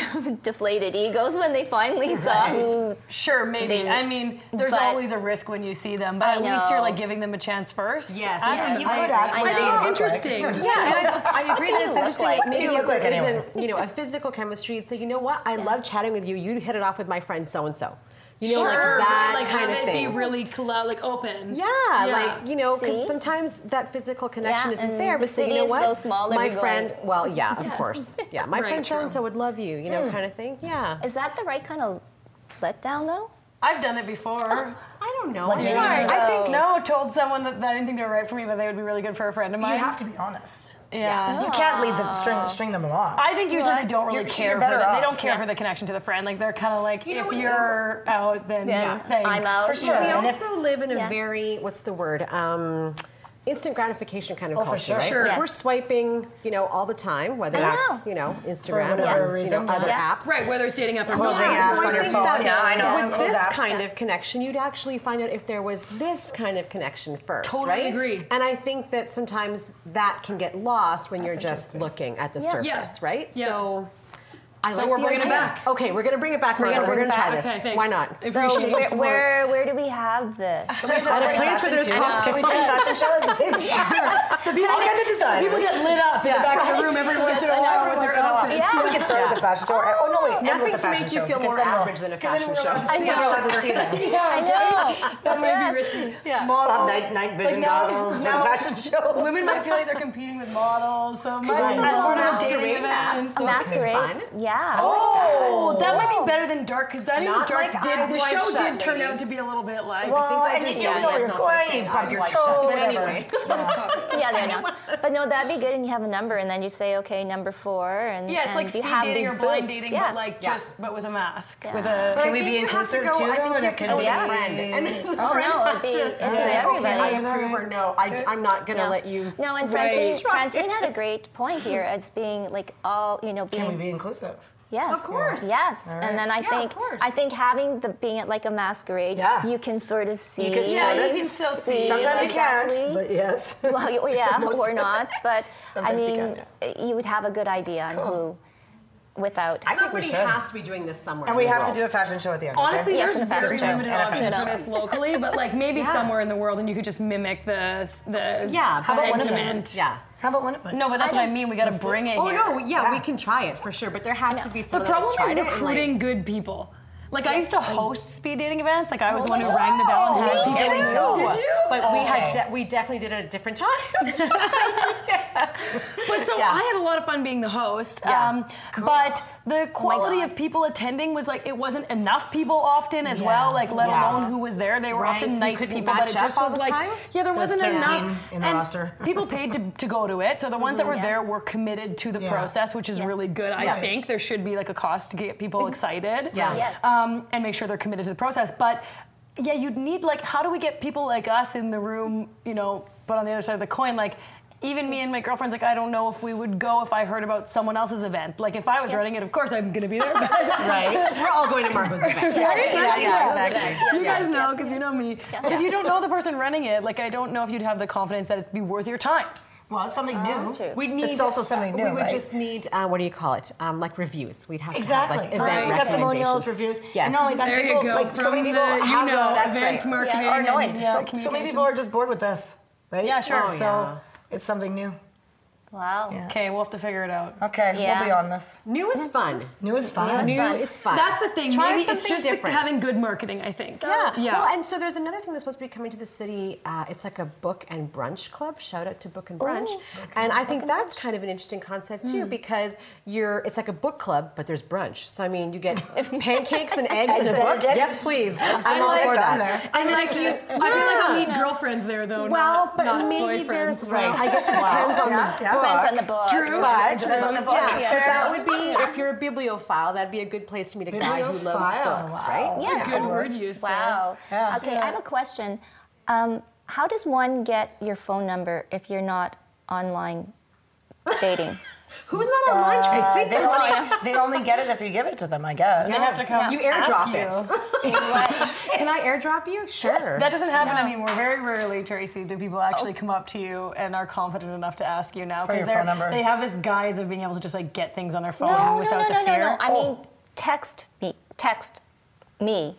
[SPEAKER 1] deflated egos when they finally saw who.
[SPEAKER 4] Sure, maybe.
[SPEAKER 1] They-
[SPEAKER 4] I mean, there's
[SPEAKER 1] but-
[SPEAKER 4] always a risk when you see them, but
[SPEAKER 1] I
[SPEAKER 4] at least you're
[SPEAKER 1] know.
[SPEAKER 4] like giving them a chance first.
[SPEAKER 2] Yes.
[SPEAKER 4] I
[SPEAKER 2] Yes.
[SPEAKER 4] don't
[SPEAKER 3] you
[SPEAKER 4] know.
[SPEAKER 3] could ask.
[SPEAKER 1] I
[SPEAKER 3] what
[SPEAKER 1] know.
[SPEAKER 3] do you
[SPEAKER 1] It's
[SPEAKER 3] look like?
[SPEAKER 4] interesting.
[SPEAKER 3] No, just
[SPEAKER 2] Yeah, and I, I agree
[SPEAKER 1] do
[SPEAKER 2] that
[SPEAKER 1] you
[SPEAKER 2] it's
[SPEAKER 1] look
[SPEAKER 2] interesting.
[SPEAKER 1] like?
[SPEAKER 2] Like,
[SPEAKER 1] What
[SPEAKER 3] do you look like anyway?
[SPEAKER 2] you know, a physical chemistry. It's like, you know what? I love chatting with you. You hit it off with my friend so and so. You know,
[SPEAKER 4] Sure,
[SPEAKER 2] like that
[SPEAKER 4] like
[SPEAKER 2] kind
[SPEAKER 4] have
[SPEAKER 2] of
[SPEAKER 4] it
[SPEAKER 2] thing.
[SPEAKER 4] be really clo- like open.
[SPEAKER 2] yeah, like you know,
[SPEAKER 1] See?
[SPEAKER 2] because sometimes that physical connection
[SPEAKER 1] Yeah,
[SPEAKER 2] isn't
[SPEAKER 1] and
[SPEAKER 2] there.
[SPEAKER 1] the
[SPEAKER 2] But say,
[SPEAKER 1] city
[SPEAKER 2] you know
[SPEAKER 1] is
[SPEAKER 2] what?
[SPEAKER 1] so small, they'd
[SPEAKER 2] my
[SPEAKER 1] be going-
[SPEAKER 2] friend. Well, yeah, of course. Yeah, my
[SPEAKER 4] Right,
[SPEAKER 2] friend so
[SPEAKER 4] true.
[SPEAKER 2] and so would love you. You know, kind of thing. Yeah.
[SPEAKER 1] Is that the right kind of letdown though?
[SPEAKER 4] I've done it before.
[SPEAKER 1] I
[SPEAKER 2] don't know.
[SPEAKER 3] Like,
[SPEAKER 2] I mean,
[SPEAKER 4] Oh,
[SPEAKER 3] dating
[SPEAKER 2] I-
[SPEAKER 3] app?
[SPEAKER 4] I think no told someone that, that I didn't think they were right for me, but they would be really good for a friend of mine.
[SPEAKER 3] You have to be honest.
[SPEAKER 4] yeah.
[SPEAKER 3] You can't lead them string string them along.
[SPEAKER 4] I think usually they don't really
[SPEAKER 3] You're-
[SPEAKER 4] care
[SPEAKER 3] you're
[SPEAKER 4] for
[SPEAKER 3] better
[SPEAKER 4] the, they
[SPEAKER 3] off.
[SPEAKER 4] don't care for the connection to the friend. Like they're kind of like
[SPEAKER 2] know
[SPEAKER 4] if
[SPEAKER 2] what-
[SPEAKER 4] you're out, then yeah,
[SPEAKER 1] Then
[SPEAKER 4] thanks.
[SPEAKER 1] I'm out.
[SPEAKER 3] for sure.
[SPEAKER 2] We
[SPEAKER 3] And if-
[SPEAKER 2] also live in a
[SPEAKER 1] Yeah.
[SPEAKER 2] very what's the word? Um, instant gratification kind of
[SPEAKER 3] Oh, for
[SPEAKER 2] culture,
[SPEAKER 3] sure.
[SPEAKER 2] right?
[SPEAKER 3] Sure.
[SPEAKER 1] Yes.
[SPEAKER 2] We're swiping, you know, all the time, whether
[SPEAKER 1] I
[SPEAKER 2] that's
[SPEAKER 1] know.
[SPEAKER 2] you know Instagram
[SPEAKER 3] whatever
[SPEAKER 2] or you know,
[SPEAKER 3] reason,
[SPEAKER 2] other
[SPEAKER 1] yeah.
[SPEAKER 2] apps.
[SPEAKER 4] Right, whether it's dating app or
[SPEAKER 3] Closing
[SPEAKER 4] not.
[SPEAKER 3] apps
[SPEAKER 2] so I
[SPEAKER 3] on your
[SPEAKER 2] think
[SPEAKER 3] phone.
[SPEAKER 2] that
[SPEAKER 3] Yeah, I know.
[SPEAKER 2] With
[SPEAKER 3] Those
[SPEAKER 2] this
[SPEAKER 3] apps.
[SPEAKER 2] kind of connection, you'd actually find out if there was this kind of connection first,
[SPEAKER 4] Totally
[SPEAKER 2] right?
[SPEAKER 4] agree.
[SPEAKER 2] And I think that sometimes that can get lost when you're just looking at the surface,
[SPEAKER 4] Yeah.
[SPEAKER 2] right?
[SPEAKER 4] Yeah.
[SPEAKER 2] So. I
[SPEAKER 4] So
[SPEAKER 2] like
[SPEAKER 4] we're
[SPEAKER 2] the
[SPEAKER 4] bringing it
[SPEAKER 2] idea.
[SPEAKER 4] back.
[SPEAKER 2] Okay, we're gonna bring it back.
[SPEAKER 4] gonna
[SPEAKER 2] Margaret. We're
[SPEAKER 4] bring it
[SPEAKER 2] gonna try
[SPEAKER 4] back.
[SPEAKER 2] this.
[SPEAKER 4] Okay, thanks.
[SPEAKER 2] Why not?
[SPEAKER 4] Appreciate
[SPEAKER 2] So
[SPEAKER 4] it.
[SPEAKER 1] Where,
[SPEAKER 4] Smart.
[SPEAKER 1] where, where do we have this?
[SPEAKER 2] at a place where there's
[SPEAKER 3] Fashion show.
[SPEAKER 2] cocktails.
[SPEAKER 3] We did fashion show at the same time. I'll get the design.
[SPEAKER 4] People get lit up in the back of the room every once in a while with their outfits.
[SPEAKER 1] Yeah.
[SPEAKER 3] We can start with the fashion show. Oh no, wait. end with
[SPEAKER 2] Nothing
[SPEAKER 3] the
[SPEAKER 2] to
[SPEAKER 3] fashion
[SPEAKER 2] make you
[SPEAKER 3] show,
[SPEAKER 2] feel
[SPEAKER 3] because
[SPEAKER 2] more
[SPEAKER 3] then we'll-
[SPEAKER 2] average than a fashion show.
[SPEAKER 3] I
[SPEAKER 2] Yeah, we're allowed to see that.
[SPEAKER 1] I know.
[SPEAKER 4] That might be
[SPEAKER 1] Yes.
[SPEAKER 4] risky. Models.
[SPEAKER 3] I'll have night night
[SPEAKER 4] Like
[SPEAKER 3] vision
[SPEAKER 4] now-
[SPEAKER 3] goggles for
[SPEAKER 4] now
[SPEAKER 3] the fashion show.
[SPEAKER 4] Women might feel like they're competing with models, so might
[SPEAKER 3] I
[SPEAKER 4] be
[SPEAKER 3] have
[SPEAKER 4] sort of a
[SPEAKER 2] masquerade
[SPEAKER 4] dating
[SPEAKER 2] masks?
[SPEAKER 4] event.
[SPEAKER 1] A masquerade.
[SPEAKER 2] fun.
[SPEAKER 1] Yeah.
[SPEAKER 4] Oh, that might be better than dark because I know
[SPEAKER 2] Not
[SPEAKER 4] dark
[SPEAKER 2] like
[SPEAKER 4] did
[SPEAKER 2] Eyes
[SPEAKER 4] the
[SPEAKER 2] Wide
[SPEAKER 4] show
[SPEAKER 2] Shut,
[SPEAKER 4] did turn out
[SPEAKER 2] ladies.
[SPEAKER 4] to be a little bit like.
[SPEAKER 3] Well,
[SPEAKER 2] I
[SPEAKER 3] and
[SPEAKER 2] did-
[SPEAKER 3] you
[SPEAKER 2] yeah,
[SPEAKER 3] don't know
[SPEAKER 2] yeah,
[SPEAKER 3] where you're
[SPEAKER 2] it's not the
[SPEAKER 3] going.
[SPEAKER 2] same.
[SPEAKER 3] You
[SPEAKER 2] Eyes
[SPEAKER 3] bump your
[SPEAKER 2] wide shut.
[SPEAKER 3] toe,
[SPEAKER 2] But
[SPEAKER 3] whatever.
[SPEAKER 4] anyway.
[SPEAKER 1] Yeah, they know. But no, that'd be good. And you have a number, and then you say, okay, number four, and
[SPEAKER 4] Yeah, it's
[SPEAKER 1] and
[SPEAKER 4] like
[SPEAKER 1] you
[SPEAKER 4] speed
[SPEAKER 1] have
[SPEAKER 4] dating
[SPEAKER 1] these
[SPEAKER 4] or blind
[SPEAKER 1] booths.
[SPEAKER 4] dating,
[SPEAKER 1] yeah.
[SPEAKER 4] but like
[SPEAKER 2] Yeah.
[SPEAKER 4] just but with a mask,
[SPEAKER 1] Yeah.
[SPEAKER 4] with a.
[SPEAKER 3] Can we be inclusive too?
[SPEAKER 2] I think
[SPEAKER 3] though?
[SPEAKER 2] you
[SPEAKER 3] And
[SPEAKER 2] have
[SPEAKER 3] it
[SPEAKER 2] to
[SPEAKER 3] can
[SPEAKER 2] go
[SPEAKER 3] be
[SPEAKER 2] with a
[SPEAKER 1] Yes.
[SPEAKER 2] friend. And then the
[SPEAKER 1] Oh,
[SPEAKER 2] friend
[SPEAKER 1] no,
[SPEAKER 2] has
[SPEAKER 1] it'd be-
[SPEAKER 2] to
[SPEAKER 1] it'd be
[SPEAKER 2] say, okay, I
[SPEAKER 1] everybody.
[SPEAKER 2] approve or no. I, I'm not going to
[SPEAKER 1] No.
[SPEAKER 2] let you.
[SPEAKER 1] No, and
[SPEAKER 4] Right.
[SPEAKER 1] Francine, Francine had a great point here as being like all you know being
[SPEAKER 3] Can we be inclusive?
[SPEAKER 1] yes,
[SPEAKER 2] Of course.
[SPEAKER 1] yes,
[SPEAKER 3] All
[SPEAKER 1] and
[SPEAKER 3] right.
[SPEAKER 1] then I
[SPEAKER 2] Yeah,
[SPEAKER 1] think
[SPEAKER 2] of course.
[SPEAKER 1] I think having the being at like a masquerade,
[SPEAKER 3] Yeah.
[SPEAKER 1] you can sort of see,
[SPEAKER 3] can Yeah, sort you of-
[SPEAKER 4] can still see.
[SPEAKER 1] see
[SPEAKER 3] Sometimes you
[SPEAKER 1] exactly-
[SPEAKER 3] can't, but yes.
[SPEAKER 1] well, you- yeah, or not, but I
[SPEAKER 3] Sometimes you
[SPEAKER 1] mean,
[SPEAKER 3] can,
[SPEAKER 1] you would have a good idea on who, without
[SPEAKER 3] I think we
[SPEAKER 2] Somebody
[SPEAKER 3] should.
[SPEAKER 2] has to be doing this somewhere.
[SPEAKER 3] And we
[SPEAKER 2] in the
[SPEAKER 3] have to
[SPEAKER 2] world.
[SPEAKER 3] do a fashion show at the end. okay?
[SPEAKER 4] Honestly,
[SPEAKER 1] Yes,
[SPEAKER 4] there's
[SPEAKER 1] and a fashion
[SPEAKER 4] very
[SPEAKER 1] show.
[SPEAKER 4] limited
[SPEAKER 3] And a
[SPEAKER 4] options
[SPEAKER 3] fashion
[SPEAKER 4] for this locally, but like maybe
[SPEAKER 2] Yeah.
[SPEAKER 4] somewhere in the world, and you could just mimic the the
[SPEAKER 2] Yeah, but
[SPEAKER 3] one of them?
[SPEAKER 4] sentiment.
[SPEAKER 2] Yeah.
[SPEAKER 3] How about one of them?
[SPEAKER 4] No, but that's what I mean. We got to bring it.
[SPEAKER 2] Oh
[SPEAKER 4] here.
[SPEAKER 2] no! Yeah, we can try it for sure, but there has to be
[SPEAKER 4] The
[SPEAKER 2] some.
[SPEAKER 4] problem
[SPEAKER 2] that has
[SPEAKER 4] is
[SPEAKER 2] tried it and, like- Oh.
[SPEAKER 4] recruiting good people. Like I used to host speed dating events. Like I was the one who rang the bell and had
[SPEAKER 2] Me
[SPEAKER 4] people.
[SPEAKER 2] too.
[SPEAKER 4] Did you?
[SPEAKER 2] But we had
[SPEAKER 3] Okay.
[SPEAKER 2] de- we definitely did it at different times.
[SPEAKER 4] But so
[SPEAKER 2] Yeah.
[SPEAKER 4] I had a lot of fun being the host.
[SPEAKER 2] Yeah. Oh
[SPEAKER 4] Um, but the quality
[SPEAKER 1] God.
[SPEAKER 4] of people attending was like it wasn't enough people often as well. Like let
[SPEAKER 3] Yeah.
[SPEAKER 4] alone who was there. They were
[SPEAKER 2] Right, so
[SPEAKER 4] often
[SPEAKER 2] you
[SPEAKER 4] nice
[SPEAKER 2] couldn't
[SPEAKER 4] people, but it
[SPEAKER 2] match up
[SPEAKER 4] just
[SPEAKER 2] all
[SPEAKER 4] was
[SPEAKER 2] the
[SPEAKER 4] like
[SPEAKER 2] time?
[SPEAKER 4] yeah, there
[SPEAKER 3] There's
[SPEAKER 4] wasn't
[SPEAKER 3] 13
[SPEAKER 4] enough.
[SPEAKER 3] in the
[SPEAKER 4] and
[SPEAKER 3] roster.
[SPEAKER 4] people paid to, to go to it. So the ones that were
[SPEAKER 2] Mm-hmm.
[SPEAKER 1] Yeah.
[SPEAKER 4] there were committed to the
[SPEAKER 3] Yeah.
[SPEAKER 4] process, which is
[SPEAKER 1] Yes.
[SPEAKER 4] really good. I
[SPEAKER 2] Right.
[SPEAKER 4] think there should be like a cost to get people excited.
[SPEAKER 2] Yeah.
[SPEAKER 1] Yes.
[SPEAKER 4] um, and make sure they're committed to the process. But yeah, you'd need like, how do we get people like us in the room, you know, but on the other side of the coin, like, even me and my girlfriend's like, I don't know if we would go if I heard about someone else's event. Like, if I was running it, of course I'm gonna be there. but-
[SPEAKER 2] right? We're all going to Marco's event.
[SPEAKER 4] Right?
[SPEAKER 2] Yeah, yeah,
[SPEAKER 1] Yes,
[SPEAKER 2] exactly.
[SPEAKER 1] yes,
[SPEAKER 4] You
[SPEAKER 1] yes,
[SPEAKER 4] guys know
[SPEAKER 1] yes,
[SPEAKER 4] because
[SPEAKER 1] yes.
[SPEAKER 4] you know me. If you don't know the person running it, like I don't know if you'd have the confidence that it'd be worth your time.
[SPEAKER 3] Well, it's something new.
[SPEAKER 1] Oh, true.
[SPEAKER 2] We'd need.
[SPEAKER 3] It's also something new,
[SPEAKER 2] We would
[SPEAKER 3] right?
[SPEAKER 2] just need uh, what do you call it? Um, like reviews. We'd have
[SPEAKER 3] Exactly.
[SPEAKER 2] to have like
[SPEAKER 3] Right.
[SPEAKER 2] event
[SPEAKER 3] Testimonials,
[SPEAKER 2] recommendations.
[SPEAKER 3] reviews.
[SPEAKER 2] Yes.
[SPEAKER 3] And not only that,
[SPEAKER 4] There
[SPEAKER 3] people,
[SPEAKER 4] you go.
[SPEAKER 3] Like, so
[SPEAKER 4] from
[SPEAKER 3] many people
[SPEAKER 4] the,
[SPEAKER 3] have
[SPEAKER 4] you know,
[SPEAKER 3] the-
[SPEAKER 2] that's
[SPEAKER 4] event
[SPEAKER 2] right.
[SPEAKER 4] marketing
[SPEAKER 1] Yes.
[SPEAKER 3] are
[SPEAKER 4] and
[SPEAKER 3] annoyed.
[SPEAKER 4] media
[SPEAKER 3] so, so many people
[SPEAKER 4] communications.
[SPEAKER 3] are just bored with this, right?
[SPEAKER 4] Yeah, sure.
[SPEAKER 2] Oh,
[SPEAKER 3] so
[SPEAKER 2] yeah.
[SPEAKER 3] it's something new.
[SPEAKER 1] Wow.
[SPEAKER 4] Okay, we'll have to figure it out.
[SPEAKER 3] Okay,
[SPEAKER 1] Yeah.
[SPEAKER 3] we'll be on this.
[SPEAKER 2] New is fun.
[SPEAKER 3] Mm-hmm. New is fun.
[SPEAKER 1] is
[SPEAKER 2] New
[SPEAKER 1] fun.
[SPEAKER 2] is fun.
[SPEAKER 4] That's the thing.
[SPEAKER 2] Try
[SPEAKER 4] Maybe
[SPEAKER 2] something
[SPEAKER 4] it's just the-
[SPEAKER 2] different.
[SPEAKER 4] having good marketing. I think.
[SPEAKER 2] Yeah.
[SPEAKER 4] Yeah.
[SPEAKER 2] Well, and so there's another thing that's supposed to be coming to the city. Uh, it's like a book and brunch club. Shout out to Book and Brunch. and I think that's kind of an interesting concept
[SPEAKER 4] Hmm.
[SPEAKER 2] too because you're it's like a book club, but there's brunch. So I mean, you get pancakes and eggs and a
[SPEAKER 3] and
[SPEAKER 2] book.
[SPEAKER 3] eggs.
[SPEAKER 2] Yes, please.
[SPEAKER 3] I'm
[SPEAKER 2] I'm
[SPEAKER 3] all
[SPEAKER 2] all
[SPEAKER 3] for
[SPEAKER 2] for
[SPEAKER 3] that.
[SPEAKER 2] that.
[SPEAKER 4] I like you. I feel like I'll meet girlfriends there though.
[SPEAKER 2] Well,
[SPEAKER 4] not,
[SPEAKER 2] but
[SPEAKER 4] not
[SPEAKER 2] maybe
[SPEAKER 4] boyfriends.
[SPEAKER 2] there's right. I guess it depends on the
[SPEAKER 3] Oh, yeah.
[SPEAKER 1] Depends on the book.
[SPEAKER 4] True.
[SPEAKER 2] But
[SPEAKER 3] Depends on the book.
[SPEAKER 2] Yeah,
[SPEAKER 1] Yeah.
[SPEAKER 2] but that would be if you're a bibliophile, that'd be a good place to meet a guy who
[SPEAKER 3] Bibliophile,
[SPEAKER 2] loves books,
[SPEAKER 3] wow.
[SPEAKER 2] right?
[SPEAKER 1] Yeah. Oh,
[SPEAKER 4] Good word use. there.
[SPEAKER 1] Wow.
[SPEAKER 3] Yeah.
[SPEAKER 1] Okay, I have a question. Um, how does one get your phone number if you're not online dating?
[SPEAKER 2] Who's not online, Tracy?
[SPEAKER 3] Uh, They only, they only get it if you give it to them, I guess.
[SPEAKER 4] They have to come
[SPEAKER 2] You
[SPEAKER 4] ask
[SPEAKER 2] airdrop
[SPEAKER 4] you.
[SPEAKER 2] it. Can I airdrop you? Sure.
[SPEAKER 4] That doesn't happen anymore. Very rarely, Tracy, do people actually come up to you and are confident enough to ask you now
[SPEAKER 3] For your
[SPEAKER 4] they're-
[SPEAKER 3] phone number.
[SPEAKER 4] they have this guise of being able to just like get things on their phone
[SPEAKER 1] No, no, no,
[SPEAKER 4] Oh, without
[SPEAKER 1] no,
[SPEAKER 4] the
[SPEAKER 1] no,
[SPEAKER 4] fear.
[SPEAKER 1] no. I
[SPEAKER 4] Oh,
[SPEAKER 1] mean, text me. Text me.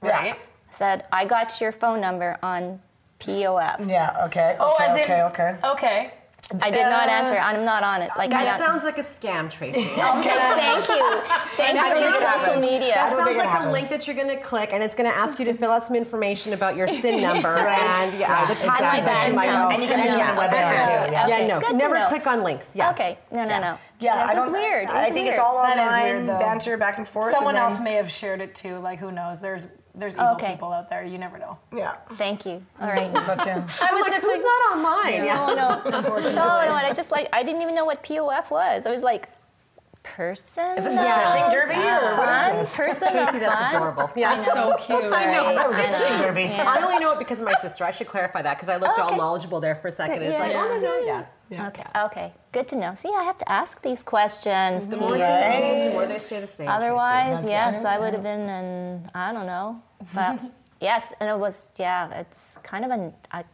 [SPEAKER 4] right.
[SPEAKER 1] Said I got your phone number on POF.
[SPEAKER 3] Yeah, okay. Okay,
[SPEAKER 4] Oh, as in-
[SPEAKER 3] okay, okay.
[SPEAKER 4] Okay.
[SPEAKER 1] I did not
[SPEAKER 4] Uh,
[SPEAKER 1] answer. I'm not on it. Like
[SPEAKER 2] That
[SPEAKER 1] I'm not.
[SPEAKER 2] sounds like a scam, Tracy.
[SPEAKER 1] Okay, thank you. Thank you for
[SPEAKER 2] That sounds
[SPEAKER 1] your
[SPEAKER 2] like-
[SPEAKER 1] social
[SPEAKER 2] That
[SPEAKER 1] media.
[SPEAKER 2] sounds
[SPEAKER 3] think it
[SPEAKER 2] like a
[SPEAKER 3] happens.
[SPEAKER 2] link that you're going to click, and it's going to ask you to fill out some information about your SIN number and yeah, the taxes
[SPEAKER 1] Exactly.
[SPEAKER 2] that you might owe.
[SPEAKER 1] And you can
[SPEAKER 3] do it on
[SPEAKER 2] yeah.
[SPEAKER 3] the webinar,
[SPEAKER 2] yeah.
[SPEAKER 1] too.
[SPEAKER 2] Yeah,
[SPEAKER 1] Okay,
[SPEAKER 2] no,
[SPEAKER 1] good to
[SPEAKER 2] never
[SPEAKER 1] know.
[SPEAKER 2] click on links. Yeah.
[SPEAKER 1] Okay, no, no, no.
[SPEAKER 3] Yeah,
[SPEAKER 1] This
[SPEAKER 3] I
[SPEAKER 1] is
[SPEAKER 3] don't-
[SPEAKER 1] weird.
[SPEAKER 3] I, I
[SPEAKER 1] It's
[SPEAKER 3] think
[SPEAKER 1] weird.
[SPEAKER 3] it's all
[SPEAKER 4] That is
[SPEAKER 3] online
[SPEAKER 4] weird, though.
[SPEAKER 3] banter back and forth.
[SPEAKER 4] Someone
[SPEAKER 3] and
[SPEAKER 4] else
[SPEAKER 3] then-
[SPEAKER 4] may have shared it too. Like who knows? There's there's evil
[SPEAKER 1] Okay.
[SPEAKER 4] people out there. You never know.
[SPEAKER 3] Yeah,
[SPEAKER 1] Thank you. All right.
[SPEAKER 3] but yeah.
[SPEAKER 1] I was
[SPEAKER 2] Like,
[SPEAKER 1] gonna
[SPEAKER 2] who's
[SPEAKER 1] say-
[SPEAKER 2] not online?
[SPEAKER 1] No, no. no, no. And I just like I didn't even know what POF was. I was like, person.
[SPEAKER 3] Is this a fishing derby or what
[SPEAKER 1] fun?
[SPEAKER 3] is this?
[SPEAKER 1] Person of
[SPEAKER 2] Tracy, that's
[SPEAKER 1] fun?
[SPEAKER 2] adorable. Yeah,
[SPEAKER 1] I know.
[SPEAKER 4] so cute.
[SPEAKER 1] Sorry.
[SPEAKER 4] I
[SPEAKER 2] know.
[SPEAKER 3] That was a fishing derby.
[SPEAKER 2] I only know it because of my sister. I should clarify that because I looked all
[SPEAKER 1] Okay.
[SPEAKER 2] knowledgeable there for a second. It's
[SPEAKER 1] Yeah.
[SPEAKER 2] like, oh no, no, yeah.
[SPEAKER 1] Okay. Okay. Good to know. See, I have to ask these questions.
[SPEAKER 2] The
[SPEAKER 1] to
[SPEAKER 2] more
[SPEAKER 1] you.
[SPEAKER 2] things change, the more they stay the same. Tracy.
[SPEAKER 1] Otherwise,
[SPEAKER 3] That's
[SPEAKER 1] yes,
[SPEAKER 3] it.
[SPEAKER 1] I would have been in, I don't know. But yes, and it was, yeah, it's kind of a, a,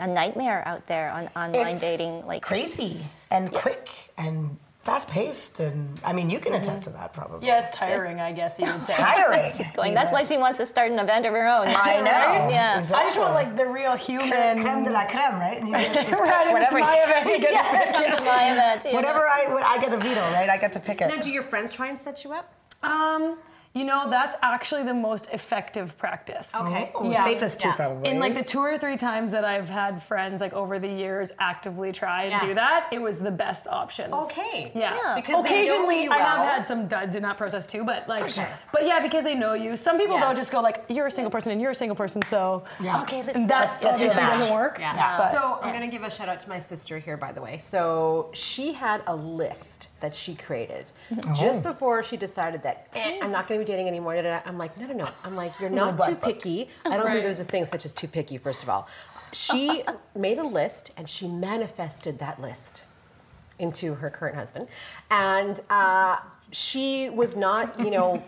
[SPEAKER 1] a nightmare out there on online
[SPEAKER 3] It's
[SPEAKER 1] dating. Like,
[SPEAKER 3] Crazy and
[SPEAKER 1] Yes.
[SPEAKER 3] quick and fast paced, and I mean, you can attest to that probably.
[SPEAKER 4] Yeah, it's tiring. I guess you would say.
[SPEAKER 3] Tiring.
[SPEAKER 1] she's going, that's why she wants to start an event of her own.
[SPEAKER 3] I know.
[SPEAKER 1] Yeah.
[SPEAKER 3] Exactly.
[SPEAKER 4] I just want like the real human.
[SPEAKER 3] creme de la creme, right? And you just pick
[SPEAKER 4] Right, if it's
[SPEAKER 3] whatever.
[SPEAKER 4] my event, you get to
[SPEAKER 3] Yeah,
[SPEAKER 1] Come to my event, you know.
[SPEAKER 3] Whatever I, what- I get a veto, right? I get to pick it.
[SPEAKER 2] Now, do your friends try and set you up?
[SPEAKER 4] Um, you know, that's actually the most effective practice.
[SPEAKER 2] Okay.
[SPEAKER 3] Oh,
[SPEAKER 4] Yeah.
[SPEAKER 3] safest too,
[SPEAKER 2] Yeah.
[SPEAKER 3] probably.
[SPEAKER 4] In like the two or three times that I've had friends like over the years actively try and
[SPEAKER 2] Yeah.
[SPEAKER 4] do that, it was the best option.
[SPEAKER 2] Okay.
[SPEAKER 4] Yeah.
[SPEAKER 1] Yeah.
[SPEAKER 2] Because they know
[SPEAKER 4] occasionally
[SPEAKER 2] you
[SPEAKER 4] I have
[SPEAKER 2] well.
[SPEAKER 4] had some duds in that process too, but like
[SPEAKER 2] sure.
[SPEAKER 4] but yeah, because they know you. Some people
[SPEAKER 2] Yes.
[SPEAKER 4] though just go like you're a single person and you're a single person, so
[SPEAKER 3] Yeah.
[SPEAKER 1] Okay, let's not-
[SPEAKER 4] and that
[SPEAKER 3] Let's do
[SPEAKER 4] obviously
[SPEAKER 3] that.
[SPEAKER 4] doesn't work.
[SPEAKER 2] Yeah.
[SPEAKER 4] But-
[SPEAKER 2] So I'm gonna give a shout out to my sister here, by the way. So she had a list that she created just before she decided that "Eh, I'm not gonna be dating anymore. da, da, da." I'm like, no, no, no. I'm like, you're not too picky. I don't think there's a thing such as too picky. First of all, she made a list and she manifested that list into her current husband, and uh, she was not, you know.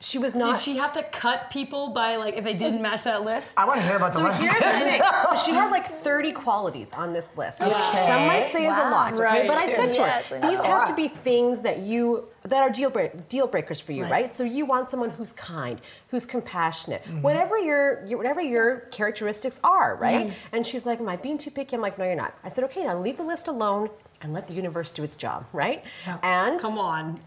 [SPEAKER 2] She was not.
[SPEAKER 4] Did she have to cut people by like if they didn't match that list?
[SPEAKER 3] I want to hear about the
[SPEAKER 2] So
[SPEAKER 3] rest.
[SPEAKER 2] here's the thing. So she had like 30 qualities on this list, which
[SPEAKER 4] Okay.
[SPEAKER 2] some might say is a lot. Okay,
[SPEAKER 4] Right.
[SPEAKER 2] but I said to
[SPEAKER 1] Yes, I
[SPEAKER 2] her,
[SPEAKER 1] know.
[SPEAKER 2] these
[SPEAKER 1] That's a
[SPEAKER 2] have to be things that you that are deal break, deal breakers for you, right. So you want someone who's kind, who's compassionate, whatever your, your whatever your characteristics are, right? And she's like, "Am I being too picky?" I'm like, "No, you're not." I said, "Okay, now leave the list alone." And let the universe do its job, right? And
[SPEAKER 4] Come on.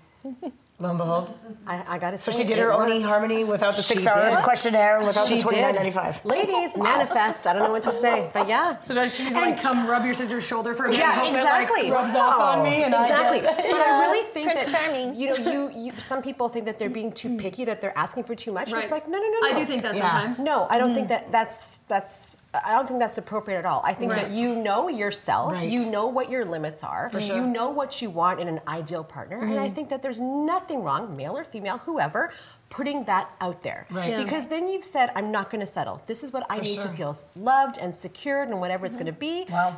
[SPEAKER 3] Lo and behold.
[SPEAKER 2] I, I got to
[SPEAKER 3] So she did her own harmony without the six hours
[SPEAKER 2] did.
[SPEAKER 3] questionnaire, without
[SPEAKER 2] She
[SPEAKER 3] the twenty nine ninety five.
[SPEAKER 2] did. Ladies, manifest. I don't know what to say, but yeah.
[SPEAKER 4] So does she like come rub your sister's shoulder for a minute?
[SPEAKER 2] Yeah,
[SPEAKER 4] and hope It,
[SPEAKER 2] exactly.
[SPEAKER 4] like, rubs off on
[SPEAKER 3] Wow.
[SPEAKER 4] me and
[SPEAKER 2] exactly.
[SPEAKER 4] I get-
[SPEAKER 2] But I really think
[SPEAKER 1] Prince
[SPEAKER 2] that
[SPEAKER 1] Charming.
[SPEAKER 2] you know, you, you some people think that they're being too picky, that they're asking for too much. and It's
[SPEAKER 4] Right.
[SPEAKER 2] like no, no, no, no.
[SPEAKER 4] Mm. I do think that
[SPEAKER 3] Yeah.
[SPEAKER 4] sometimes.
[SPEAKER 2] No, I don't think that that's that's I don't think that's appropriate at all. I think that
[SPEAKER 4] Right.
[SPEAKER 2] you know yourself,
[SPEAKER 3] Right.
[SPEAKER 2] you know what your limits are, you know what you want in an ideal partner, and I think that there's nothing wrong, male or female, whoever, putting that out there.
[SPEAKER 3] Right. Yeah.
[SPEAKER 2] Because then you've said, I'm not gonna settle. This is what I need to
[SPEAKER 3] sure.
[SPEAKER 2] feel loved and secured and whatever it's gonna be.
[SPEAKER 3] Wow.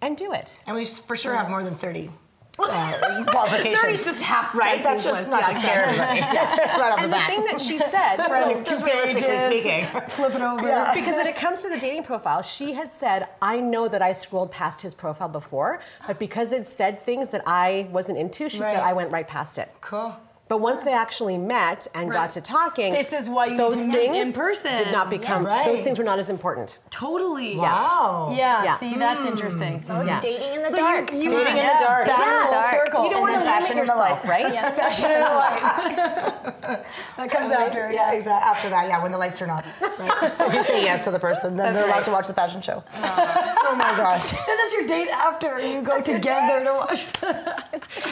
[SPEAKER 2] And do it.
[SPEAKER 3] And we s- for sure have more than thirty. Uh, qualifications.
[SPEAKER 2] 30 is just half
[SPEAKER 3] right. That's
[SPEAKER 2] Francie's
[SPEAKER 3] just
[SPEAKER 2] list,
[SPEAKER 3] not
[SPEAKER 2] yeah.
[SPEAKER 3] to scare everybody. right off the
[SPEAKER 2] and the
[SPEAKER 3] bat.
[SPEAKER 2] thing that she said,
[SPEAKER 3] Right,
[SPEAKER 2] so
[SPEAKER 3] just realistically speaking.
[SPEAKER 4] Flip it over.
[SPEAKER 2] because when it comes to the dating profile, she had said, "I know that I scrolled past his profile before, but because it said things that I wasn't into, she said
[SPEAKER 3] Right.
[SPEAKER 2] I went right past it."
[SPEAKER 3] Cool.
[SPEAKER 2] But once they actually met and got
[SPEAKER 4] Right.
[SPEAKER 2] to talking,
[SPEAKER 4] This is why you need
[SPEAKER 2] those
[SPEAKER 4] to meet
[SPEAKER 2] things
[SPEAKER 4] in person.
[SPEAKER 2] did not become.
[SPEAKER 3] Yes.
[SPEAKER 2] Those
[SPEAKER 3] Right.
[SPEAKER 2] things were not as important.
[SPEAKER 4] Totally.
[SPEAKER 3] Wow.
[SPEAKER 4] Yeah,
[SPEAKER 2] Yeah. Mm.
[SPEAKER 4] See, that's interesting. So
[SPEAKER 1] It's
[SPEAKER 2] Yeah.
[SPEAKER 1] dating in the
[SPEAKER 4] you-
[SPEAKER 1] dark.
[SPEAKER 4] you-
[SPEAKER 3] Dating in the
[SPEAKER 4] yeah,
[SPEAKER 3] dark.
[SPEAKER 4] Back
[SPEAKER 1] Yeah.
[SPEAKER 4] full
[SPEAKER 1] Dark.
[SPEAKER 4] circle.
[SPEAKER 2] You don't
[SPEAKER 3] And
[SPEAKER 2] want to
[SPEAKER 3] then
[SPEAKER 2] limit
[SPEAKER 3] fashion in the
[SPEAKER 2] yourself,
[SPEAKER 3] light.
[SPEAKER 2] right?
[SPEAKER 4] Fashion in the light. that comes after.
[SPEAKER 3] Yeah, exactly. After that, yeah, when the lights turn on. Right. if you say yes to the person, then they're allowed to watch the fashion show. oh my gosh.
[SPEAKER 4] Then that's your date after. You go together to watch.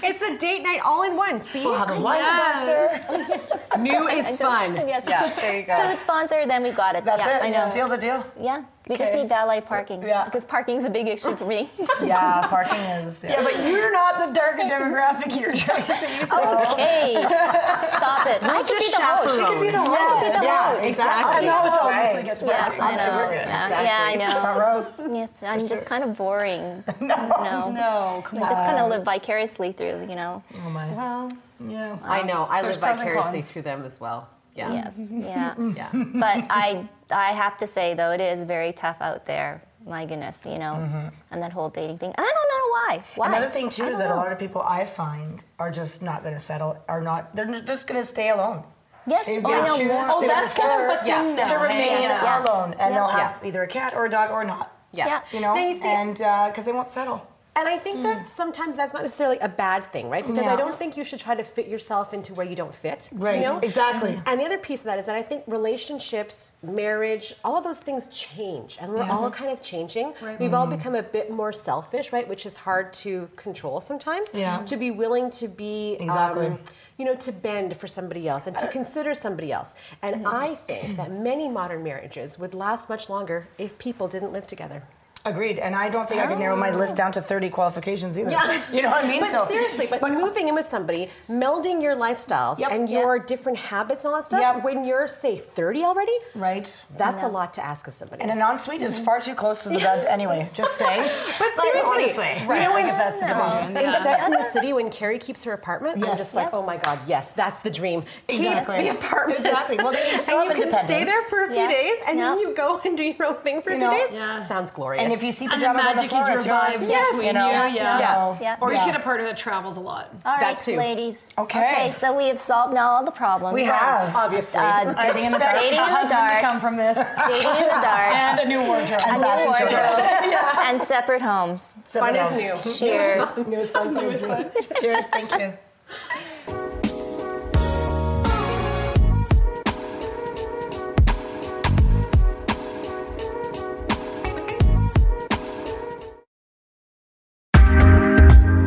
[SPEAKER 2] It's a date night all in one. See,
[SPEAKER 3] We'll have a wine sponsor.
[SPEAKER 2] new is fun.
[SPEAKER 1] Yes.
[SPEAKER 2] Yeah, there you go.
[SPEAKER 1] Food sponsor, then we got it.
[SPEAKER 3] That's
[SPEAKER 1] yeah,
[SPEAKER 3] it.
[SPEAKER 1] I know.
[SPEAKER 3] Seal the deal.
[SPEAKER 1] Yeah, we just
[SPEAKER 4] Okay.
[SPEAKER 1] need valet parking.
[SPEAKER 3] Yeah.
[SPEAKER 1] Because parking's a big issue for me.
[SPEAKER 3] Yeah, parking is.
[SPEAKER 4] Yeah, but you're not the target demographic here, Tracy. So.
[SPEAKER 1] okay.
[SPEAKER 3] Oh.
[SPEAKER 1] Stop it. I could be
[SPEAKER 2] just
[SPEAKER 1] the host.
[SPEAKER 2] chaperone.
[SPEAKER 3] She could be the host.
[SPEAKER 1] I could be the
[SPEAKER 3] yeah,
[SPEAKER 1] host.
[SPEAKER 3] exactly.
[SPEAKER 4] And that was all
[SPEAKER 3] Right.
[SPEAKER 4] Cecilia gets
[SPEAKER 1] Yes, I know.
[SPEAKER 3] We're good.
[SPEAKER 1] Yeah,
[SPEAKER 2] Exactly.
[SPEAKER 1] yeah, I know.
[SPEAKER 3] Front row.
[SPEAKER 1] Yes, I'm just kind of boring. No.
[SPEAKER 4] No, Oh, come
[SPEAKER 1] I just kind
[SPEAKER 3] Um,
[SPEAKER 1] of live vicariously through, you know.
[SPEAKER 3] Oh my.
[SPEAKER 4] Well,
[SPEAKER 3] Yeah.
[SPEAKER 2] I know. I
[SPEAKER 4] There's
[SPEAKER 2] live
[SPEAKER 4] pros and
[SPEAKER 2] vicariously
[SPEAKER 4] cons.
[SPEAKER 2] through them as well. Yeah.
[SPEAKER 1] Yes, yeah.
[SPEAKER 2] Yeah.
[SPEAKER 1] But I, I have to say though, it is very tough out there. My goodness, you know, and that whole dating thing. I don't know why. Why?
[SPEAKER 3] Mm-hmm. Another thing too
[SPEAKER 1] I
[SPEAKER 3] is
[SPEAKER 1] don't
[SPEAKER 3] that a
[SPEAKER 1] know.
[SPEAKER 3] lot of people I find are just not going to settle. Are not. They're n- just going to stay alone.
[SPEAKER 1] Yes,
[SPEAKER 3] They
[SPEAKER 1] oh, I know
[SPEAKER 3] choose
[SPEAKER 1] more.
[SPEAKER 3] to
[SPEAKER 4] oh, that's kind of a
[SPEAKER 2] Yeah.
[SPEAKER 4] thing
[SPEAKER 3] to
[SPEAKER 4] now.
[SPEAKER 3] remain
[SPEAKER 1] yes, yeah.
[SPEAKER 3] alone,
[SPEAKER 1] Yes.
[SPEAKER 3] and they'll have either a cat or a dog or not.
[SPEAKER 2] Yeah.
[SPEAKER 1] Yeah.
[SPEAKER 3] You know,
[SPEAKER 2] Now you see-
[SPEAKER 3] and because they won't settle.
[SPEAKER 2] And I think that sometimes that's not necessarily a bad thing, right? Because I
[SPEAKER 4] Yeah.
[SPEAKER 2] don't think you should try to fit yourself into where you don't fit. you
[SPEAKER 3] Right,
[SPEAKER 2] know?
[SPEAKER 3] exactly.
[SPEAKER 2] And the other piece of that is that I think relationships, marriage, all of those things change, and we're all
[SPEAKER 3] Mm-hmm.
[SPEAKER 2] kind of changing. We've all become a bit more selfish, right? Which is hard to control sometimes.
[SPEAKER 3] Yeah.
[SPEAKER 2] To be willing to be
[SPEAKER 3] Exactly.
[SPEAKER 2] um, you know, to bend for somebody else and to consider somebody else. And
[SPEAKER 3] Mm-hmm.
[SPEAKER 2] I think that many modern marriages would last much longer if people didn't live together.
[SPEAKER 3] Agreed. And I don't think I could narrow my list down to 30 qualifications either. You know what I mean?
[SPEAKER 2] But
[SPEAKER 3] So-
[SPEAKER 2] seriously, but, moving in with somebody, melding your lifestyles
[SPEAKER 3] Yep.
[SPEAKER 2] and your different habits and all that stuff,
[SPEAKER 3] Yep. Mm-hmm.
[SPEAKER 2] when you're, say, 30 already,
[SPEAKER 3] Right.
[SPEAKER 2] that's a lot to ask of somebody.
[SPEAKER 3] And a non suite is far too close to the bed anyway, just saying.
[SPEAKER 2] but seriously, you
[SPEAKER 3] right.
[SPEAKER 2] know,
[SPEAKER 3] I
[SPEAKER 2] in,
[SPEAKER 3] guess that's the division.
[SPEAKER 2] in Sex in the City, when Carrie keeps her apartment, I'm
[SPEAKER 3] Yes.
[SPEAKER 2] just like,
[SPEAKER 1] Yes.
[SPEAKER 2] oh my God, yes, that's the dream.
[SPEAKER 3] Exactly.
[SPEAKER 2] Keep the apartment.
[SPEAKER 3] Exactly. Well, then you still
[SPEAKER 2] and
[SPEAKER 3] have
[SPEAKER 2] you can stay
[SPEAKER 3] independence.
[SPEAKER 2] there for a few
[SPEAKER 1] Yes.
[SPEAKER 2] days, and then
[SPEAKER 1] Yeah.
[SPEAKER 2] you go and do your own thing for a
[SPEAKER 3] You
[SPEAKER 2] few
[SPEAKER 3] know.
[SPEAKER 2] days.
[SPEAKER 4] Yeah.
[SPEAKER 2] Sounds glorious.
[SPEAKER 3] And if you see
[SPEAKER 4] And the
[SPEAKER 3] pajamas on the
[SPEAKER 4] magic
[SPEAKER 3] floor,
[SPEAKER 4] is
[SPEAKER 3] it's yours.
[SPEAKER 4] revived between
[SPEAKER 3] you know?
[SPEAKER 4] you, yeah.
[SPEAKER 3] So-
[SPEAKER 1] Yeah.
[SPEAKER 4] Or you should
[SPEAKER 3] Yeah.
[SPEAKER 4] get a partner that travels a lot.
[SPEAKER 1] All right,
[SPEAKER 2] too.
[SPEAKER 1] ladies.
[SPEAKER 3] Okay.
[SPEAKER 1] so we have solved now all the problems.
[SPEAKER 3] We have.
[SPEAKER 2] Obviously.
[SPEAKER 1] Uh,
[SPEAKER 3] Dating in the dark.
[SPEAKER 1] Dating in the
[SPEAKER 3] Husband to
[SPEAKER 1] dark.
[SPEAKER 3] come from this.
[SPEAKER 1] dating in the dark,
[SPEAKER 3] and a new wardrobe.
[SPEAKER 1] a
[SPEAKER 3] And
[SPEAKER 1] new
[SPEAKER 3] fashion show.
[SPEAKER 1] wardrobe, and separate homes.
[SPEAKER 2] Fun is new.
[SPEAKER 1] Cheers.
[SPEAKER 3] New is fun. New is fun. Cheers. Thank you.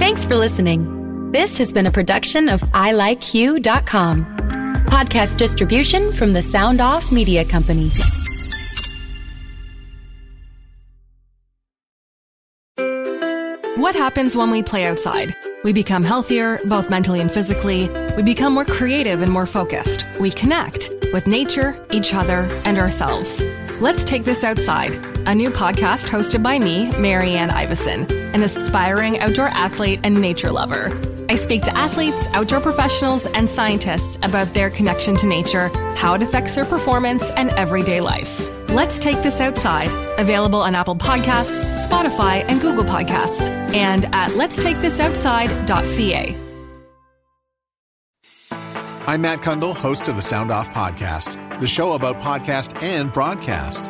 [SPEAKER 5] Thanks for listening. This has been a production of ilikeyou.com. Podcast distribution from the Sound Off Media Company.
[SPEAKER 6] What happens when we play outside? We become healthier, both mentally and physically. We become more creative and more focused. We connect with nature, each other, and ourselves. Let's Take This Outside, a new podcast hosted by me, Marianne Iveson, an aspiring outdoor athlete and nature lover. I speak to athletes, outdoor professionals, and scientists about their connection to nature, how it affects their performance, and everyday life. Let's Take This Outside, available on Apple Podcasts, Spotify, and Google Podcasts, and at letstakethisoutside.ca.
[SPEAKER 7] I'm Matt Kundle, host of the Sound Off Podcast, the show about podcast and broadcast.